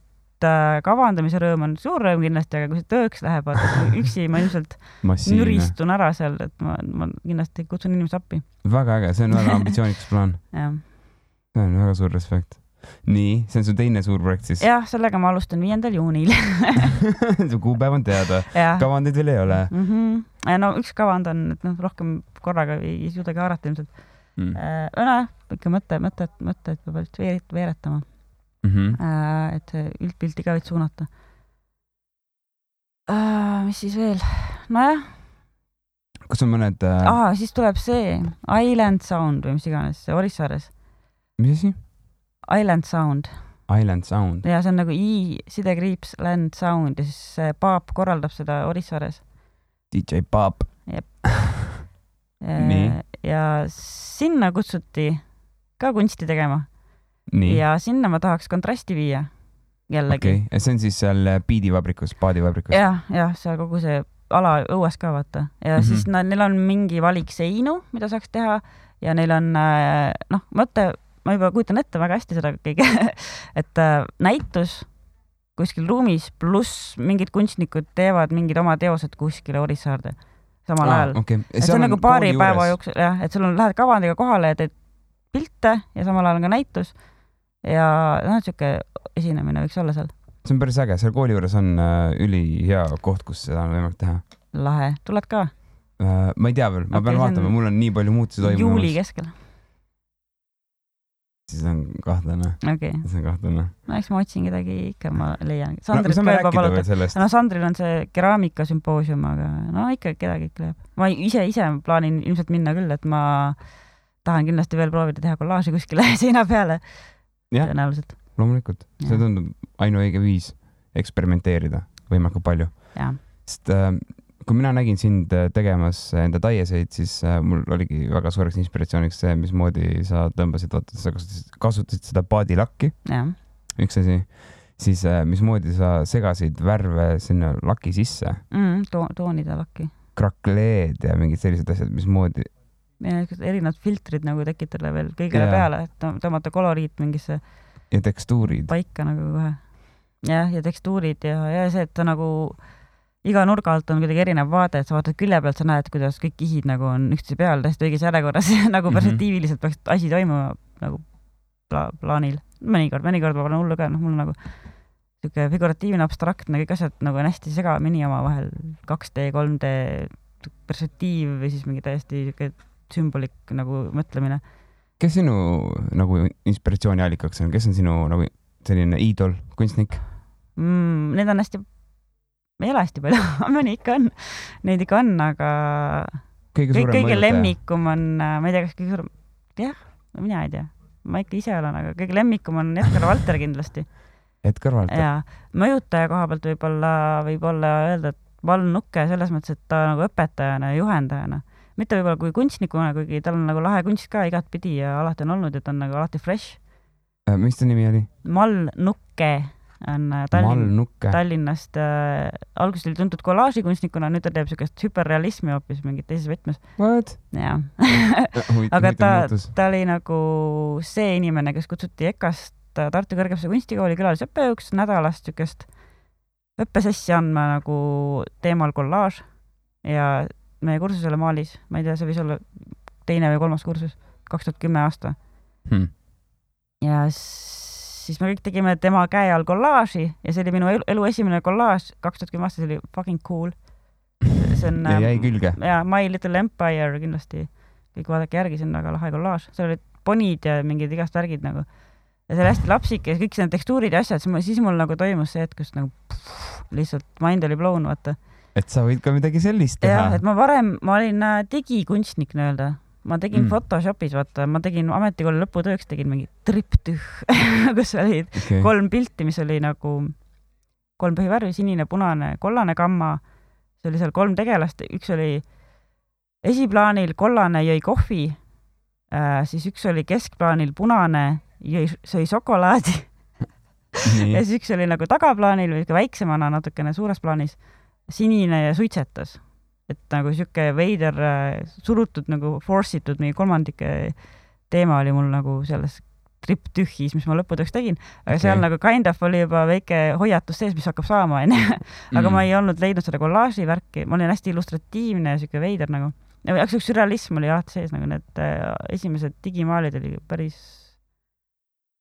äh, kavandamise rõõm on suur rõõm kindlasti , aga kui see tööks läheb , vaata üksi ma ilmselt
massiivne .
nüristun ära seal , et ma , ma kindlasti kutsun inimesi appi .
väga äge , see on väga ambitsioonikas plaan .
jah
see on väga suur respekt . nii , see on su teine suur projekt siis ?
ja, , sellega ma alustan viiendal juunil .
su kuupäev on teada ,
jah ,
kavandeid veel ei ole
mm . -hmm. no üks kavand on , et noh , rohkem korraga ei ei suudagi haarata ilmselt
mm. .
äh, . nojah , ikka mõte , mõte , mõtteid peab ainult veeret- , veeretama
-hmm.
äh, , et see üldpilti ka võid suunata äh, . mis siis veel ? nojah ,
kas on mõned äh, ,
aa , siis tuleb see Island Sound või mis iganes , see Orissaares .
mis asi ?
Island Sound
Island Sound .
ja see on nagu I sidekriips Land Sound ja siis see paap korraldab seda Orissaares .
DJ Bob . Nii.
Äh, ja sinna kutsuti ka kunsti tegema
nii ,
ja sinna ma tahaks kontrasti viia jällegi
okei . okay. , see on siis seal äh, biidivabrikus , paadivabrikus ?
jah , jah , seal kogu see ala õues ka vaata ja mm -hmm. siis
Mhm.
nad , neil on mingi valik seinu , mida saaks teha ja neil on äh, noh , mõte , ma juba kujutan ette väga hästi seda kõike , et äh, näitus kuskil ruumis , pluss mingid kunstnikud teevad mingid oma teosed kuskile Orissaarde samal ajal .
Ah, okei ,
et see on nagu paari päeva . jooksul jah , et sul on , lähed kavandiga kohale ja teed pilte ja samal ajal on ka näitus ja noh , niisugune esinemine võiks olla seal .
see on päris äge , seal kooli juures on äh, ülihea koht , kus seda on võimalik teha
lahe , tuled ka
äh, . ma ei tea veel , ma
Okei,
pean
see on
vaatama , mul on nii palju muutusi
juuli
toimunud .
keskel ?
siis on kahtlane ,
okei okay. ,
siis on kahtlane .
no eks ma otsin kedagi ikka , ma leian .
no me
Sandrit no,
saame
ka juba
rääkida
paluda
veel . sellest .
no Sandril on see keraamikasümpoosium , aga no ikka kedagi ikka leiab . ma ise , ise plaanin ilmselt minna küll , et ma tahan kindlasti veel proovida teha kollaaži kuskile seina peale .
Jah.
tõenäoliselt ,
loomulikult , see
Jah.
tundub ainuõige viis eksperimenteerida võimalikult palju ,
jah .
sest äh, kui mina nägin sind äh, tegemas enda taieseid , siis äh, mul oligi väga suureks inspiratsiooniks see , mismoodi sa tõmbasid , vaata , sa kasutasid, kasutasid seda paadilakki ,
jah ,
üks asi , siis äh, mismoodi sa segasid värve sinna laki sisse ,
Mm, toonida lakki .
krakleed ja mingid sellised asjad , mismoodi ,
erinevad filtrid nagu tekitada veel kõigele
Jaa.
peale , et tõ- tõmmata koloriit mingisse
ja tekstuurid ,
paika nagu kohe . jah , ja tekstuurid ja , ja see , et ta nagu iga nurga alt on kuidagi erinev vaade , et sa vaatad külje pealt , sa näed , kuidas kõik kihid nagu on üksteise peal täiesti õiges järjekorras , nagu
Mhm.
perspektiiviliselt peaks asi toimuma nagu pla plaanil . mõnikord , mõnikord ma panen hullu ka , noh , mul on nagu niisugune figuratiivne , abstraktne , kõik asjad nagu on hästi segamini omavahel , 2D , 3D perspektiiv või siis mingi täiesti niisugune sümbolik nagu mõtlemine .
kes sinu nagu inspiratsiooniallikaks on , kes on sinu nagu selline iidol , kunstnik ?
mm, . Need on hästi , ei ole hästi palju , mõni ikka on , neid ikka on , aga
kõige
kõik
suurem
kõige
mõjutaja.
lemmikum on , ma ei tea , kas kõige suurem , jah , mina ei tea , ma ikka ise olen , aga kõige lemmikum on Edgar Valter kindlasti
et kõrvalt ,
ja mõjutaja koha pealt võib-olla , võib-olla öelda , et Val Nukke selles mõttes , et ta nagu õpetajana ja juhendajana , mitte võib-olla kui kunstnikuna , kuigi tal on nagu lahe kunst ka igatpidi ja alati on olnud ja ta on nagu alati fresh .
Äh, mis ta nimi oli ?
Mall Nukke on äh, Tallinn .
Mallnukke .
Tallinnast äh, , alguses oli tuntud kollaažikunstnikuna , nüüd ta teeb niisugust hüperrealismi hoopis mingit teises võtmes .
What ?
jaa ,
aga
aga ta , ta oli nagu see inimene , kes kutsuti EKA-st äh, Tartu Kõrgepsa kunstikooli külalisõppejõuks nädalast niisugust õppesessi andma nagu teemal kollaaž ja meie kursusele Maalis , ma ei tea , see võis olla teine või kolmas kursus , kaks tuhat kümme aasta .
hmm. .
ja s- siis me kõik tegime tema käe all kollaaži ja see oli minu elu, elu esimene kollaaž , kaks tuhat kümme aastat , see oli fucking cool . see on ähm,
ja jäi külge .
jaa , My Little Empire kindlasti , kõik vaadake järgi , see on väga lahe kollaaž , seal olid ponid ja mingid igast värgid nagu . ja see oli hästi lapsik ja kõik need tekstuurid ja asjad , siis mul , siis mul nagu toimus see hetk , kus nagu pff, lihtsalt mind oli blown , vaata .
et sa võid ka midagi sellist teha
jah , et . ma varem , ma olin äh, digikunstnik nii-öelda , ma tegin
Mm.
mm. Photoshopis , vaata , ma tegin ametikooli lõputööks tegin mingi triptüh , kus olid
Okay.
kolm pilti , mis oli nagu kolm põhivärvi , sinine , punane , kollane gamma . see oli seal kolm tegelast , üks oli esiplaanil , kollane jõi kohvi äh, , siis üks oli keskplaanil , punane jõi , sõi šokolaadi ja
Nii.
siis üks oli nagu tagaplaanil või sihuke väiksemana natukene suures plaanis , sinine ja suitsetas . et nagu sihuke veider äh, surutud nagu force itud mingi kolmandike teema oli mul nagu selles tripptühis , mis ma lõppude jaoks tegin , aga okay. seal
Okei.
nagu kind of oli juba väike hoiatus sees , mis hakkab saama , onju .
Mm.
aga ma ei olnud leidnud seda kollaaži värki , ma olin hästi illustratiivne ja sihuke veider nagu . eks üks sürrealism oli alati sees , nagu need äh, esimesed digimaalid olid päris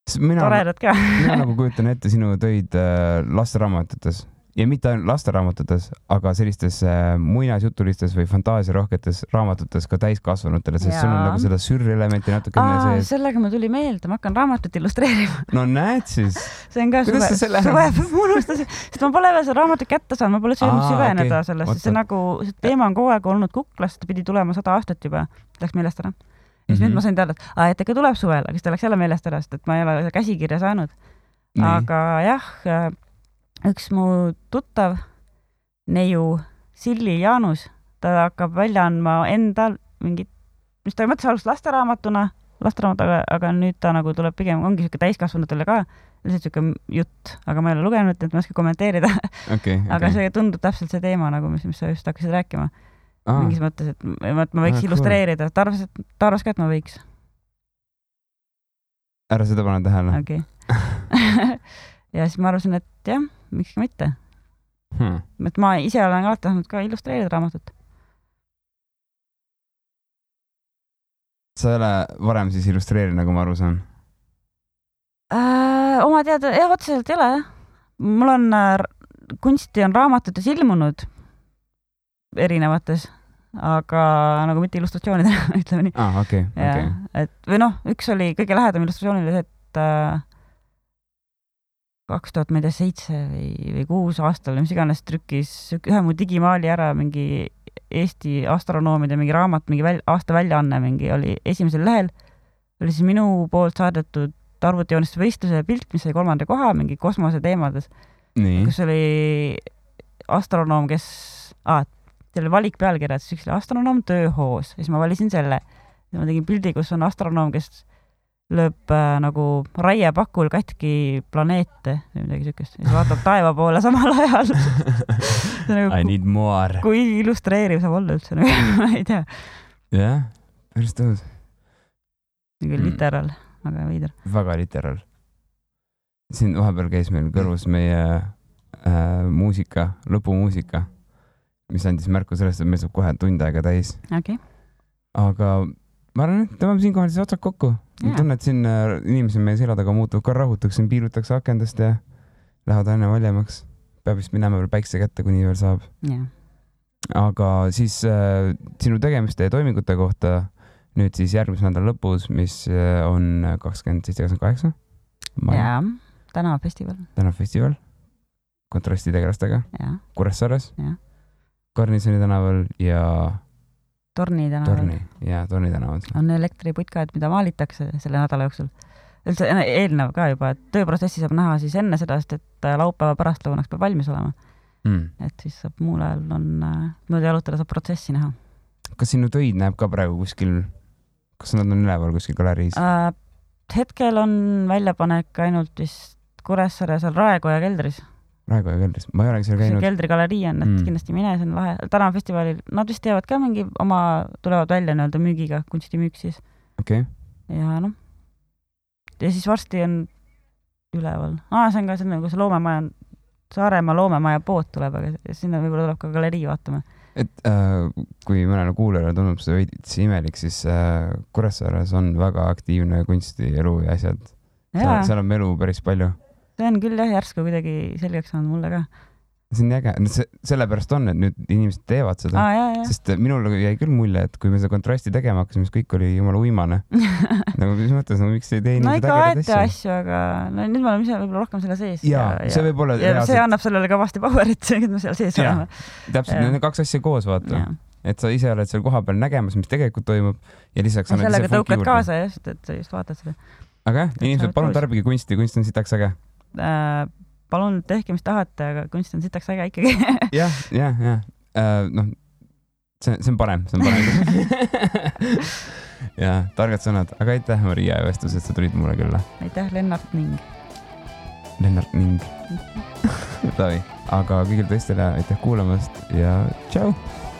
Sest mina , nagu
toredad ka .
mina nagu kujutan ette sinu töid äh, lasteraamatutes ja mitte ainult lasteraamatutes , aga sellistes äh, muinasjutulistes või fantaasiarohketes raamatutes ka täiskasvanutele , sest sul on
Jaa.
nagu seda sürrelementi natukene
aa ,
sees .
sellega mul tuli meelde , ma hakkan raamatut illustreerima .
no näed siis .
see on ka
Kuidas
suve
sa , selle ära-
suve , ma unustasin , sest ma pole veel seda raamatut kätte saanud , ma pole söönud
Aa,
süveneda
okei.
okay. sellesse ,
Oota.
see nagu , see teema on kogu aeg olnud kuklas , ta pidi tulema sada aastat juba , läks meelest ära . ja siis nüüd
Mhm.
ma sain teada , et aa , et ikka tuleb suvel , aga siis ta läks jälle meelest ära , sest et ma ei ole seda käsikirja saanud . aga jah , üks mu tuttav neiu Silli Jaanus , ta hakkab välja andma enda mingit , mis ta mõtles alguses lasteraamatuna , lasteraamat , aga , aga nüüd ta nagu tuleb pigem , ongi niisugune täiskasvanutele ka lihtsalt niisugune jutt , aga ma ei ole lugenud , et ma ei oska kommenteerida okay. ,
okei ,
aga
okei .
see tundub täpselt see teema nagu , mis , mis sa just hakkasid rääkima ah. mingis mõttes , et ma, ma
Ah,
võiks ah,
cool.
illustreerida , ta arvas , et ta arvas ka , et ma võiks ,
ära seda pane tähele .
okei okay. . ja siis ma arvasin , et jah , miks ka mitte .
Hmm.
et ma ise olen alati tahtnud ka illustreerida raamatut .
sa ei ole varem siis illustreerinud , nagu ma aru saan ?
Äh, oma teada , jah , otseselt ei ole jah . mul on , kunsti on raamatutes ilmunud erinevates , aga nagu mitte illustratsioonidena , ütleme nii .
aa , Ah, okei , okei .
et või noh , üks oli kõige lähedam illustratsioonile see , et äh, kaks tuhat , ma ei tea , seitse või , või kuus aastal , mis iganes , trükkis sihuk- ühe mu digimaali ära mingi Eesti astronoomide mingi raamat , mingi väl, aasta väljaanne mingi oli esimesel lehel , oli siis minu poolt saadetud arvutijoonistuse võistluse pilt , mis sai kolmanda koha mingi kosmose teemades ,
nii ,
kus oli astronoom , kes ah, , selle valik pealkirjas , üks oli astronoom tööhoos ja siis ma valisin selle . ja ma tegin pildi , kus on astronoom , kes lööb äh, nagu raiepakul katki planeete või midagi siukest ja siis vaatab taeva poole samal ajal . see on
I
nagu ,
need more .
kui illustreeriv saab olla üldse ,
Mm.
ma ei tea ,
jah , päris tõus .
mingi
Mm.
literaal , aga veider .
väga literaal . siin vahepeal käis meil kõrvus meie äh, muusika , lõpumuusika , mis andis märku sellest , et meil saab kohe tund aega täis ,
okei okay. ,
aga ma arvan , et tõmbame siinkohal siis otsad kokku . ma
Jaa.
tunnen , et siin äh, inimesed meie selja taga muutuvad ka rahutuks , siin piirutakse akendest ja lähevad aina valjemaks . peab vist minema veel päikse kätte , kuni veel saab .
jah .
aga siis äh, sinu tegemiste ja toimingute kohta nüüd siis järgmise nädala lõpus , mis äh, on kakskümmend seitse , kakskümmend kaheksa .
jaa , tänavafestival ,
täna festival kontrasti tegelastega
jaa ,
Kuressaares
Jah. .
Garnisoni tänaval ja
Torni tänaval
Torni ja Torni tänaval .
on elektriputkad , mida maalitakse selle nädala jooksul . üldse ene- eelnev ka juba , et tööprotsessi saab näha siis enne seda , sest et äh, laupäeva pärastlõunaks peab valmis olema ,
Mm.
et siis saab muul ajal on , mööda jalutada saab protsessi näha
kas sinu töid näeb ka praegu kuskil , kas nad on üleval kuskil galeriis ah. ?
äh, . hetkel on väljapanek ainult vist Kuressaare seal Raekoja keldris ,
praegu ei ole keldris , ma ei olegi seal
see
käinud .
keldrigalerii on , et
Mm.
mm. kindlasti mine , see on lahe . tänavafestivalil , nad vist teevad ka mingi oma , tulevad välja nii-öelda müügiga , kunstimüük siis
okei ,
ja noh , ja siis varsti on üleval ah, , see on ka see nagu see loomemaja on , Saaremaa loomemaja pood tuleb , aga sinna võib-olla tuleb ka galerii vaatama .
et äh, kui mõnele kuulajale tundub see veidi imelik , siis äh, Kuressaares on väga aktiivne kunstielu ja asjad .
jaa ,
seal on melu päris palju .
see on küll jah , järsku kuidagi selgeks saanud mulle ka .
see on nii äge , sellepärast on , et nüüd inimesed teevad seda .
aa jaa , jaa .
sest äh, minul jäi küll mulje , et kui me seda kontrasti tegema hakkasime , siis kõik oli jumala uimane . nagu mis mõttes , no miks ei tee
no
inimesed
ikka
ägedaid
aeti
asju ?
asju , aga no nüüd me oleme ise võib-olla rohkem selle sees .
jaa , see võib olla
ja see
reaalselt ,
annab sellele kõvasti power'it , et me seal sees
Jaa,
oleme .
täpselt ,
jaa.
need on nagu kaks asja koos , vaata . et sa ise oled seal kohapeal nägemas , mis tegelikult toimub ja lisaks annad ise
sellega
funki
tõukad
juurde .
kaasa just , et sa just vaatad seda
aga jah ,
sa
inimesed
oled ,
palun
koos.
tarbige kunsti , kunst on sitaks äge .
äh, . palun tehke , mis tahate , aga kunst on sitaks äge ikkagi .
jah , jah , jah . noh , see , see on parem , see on parem . jaa , targad sõnad , aga aitäh , Maria Vestus , et sa tulid mulle külla .
aitäh , Lennart Ning .
Lennart Ning Taavi , aga kõigile teistele aitäh kuulamast ja tšau .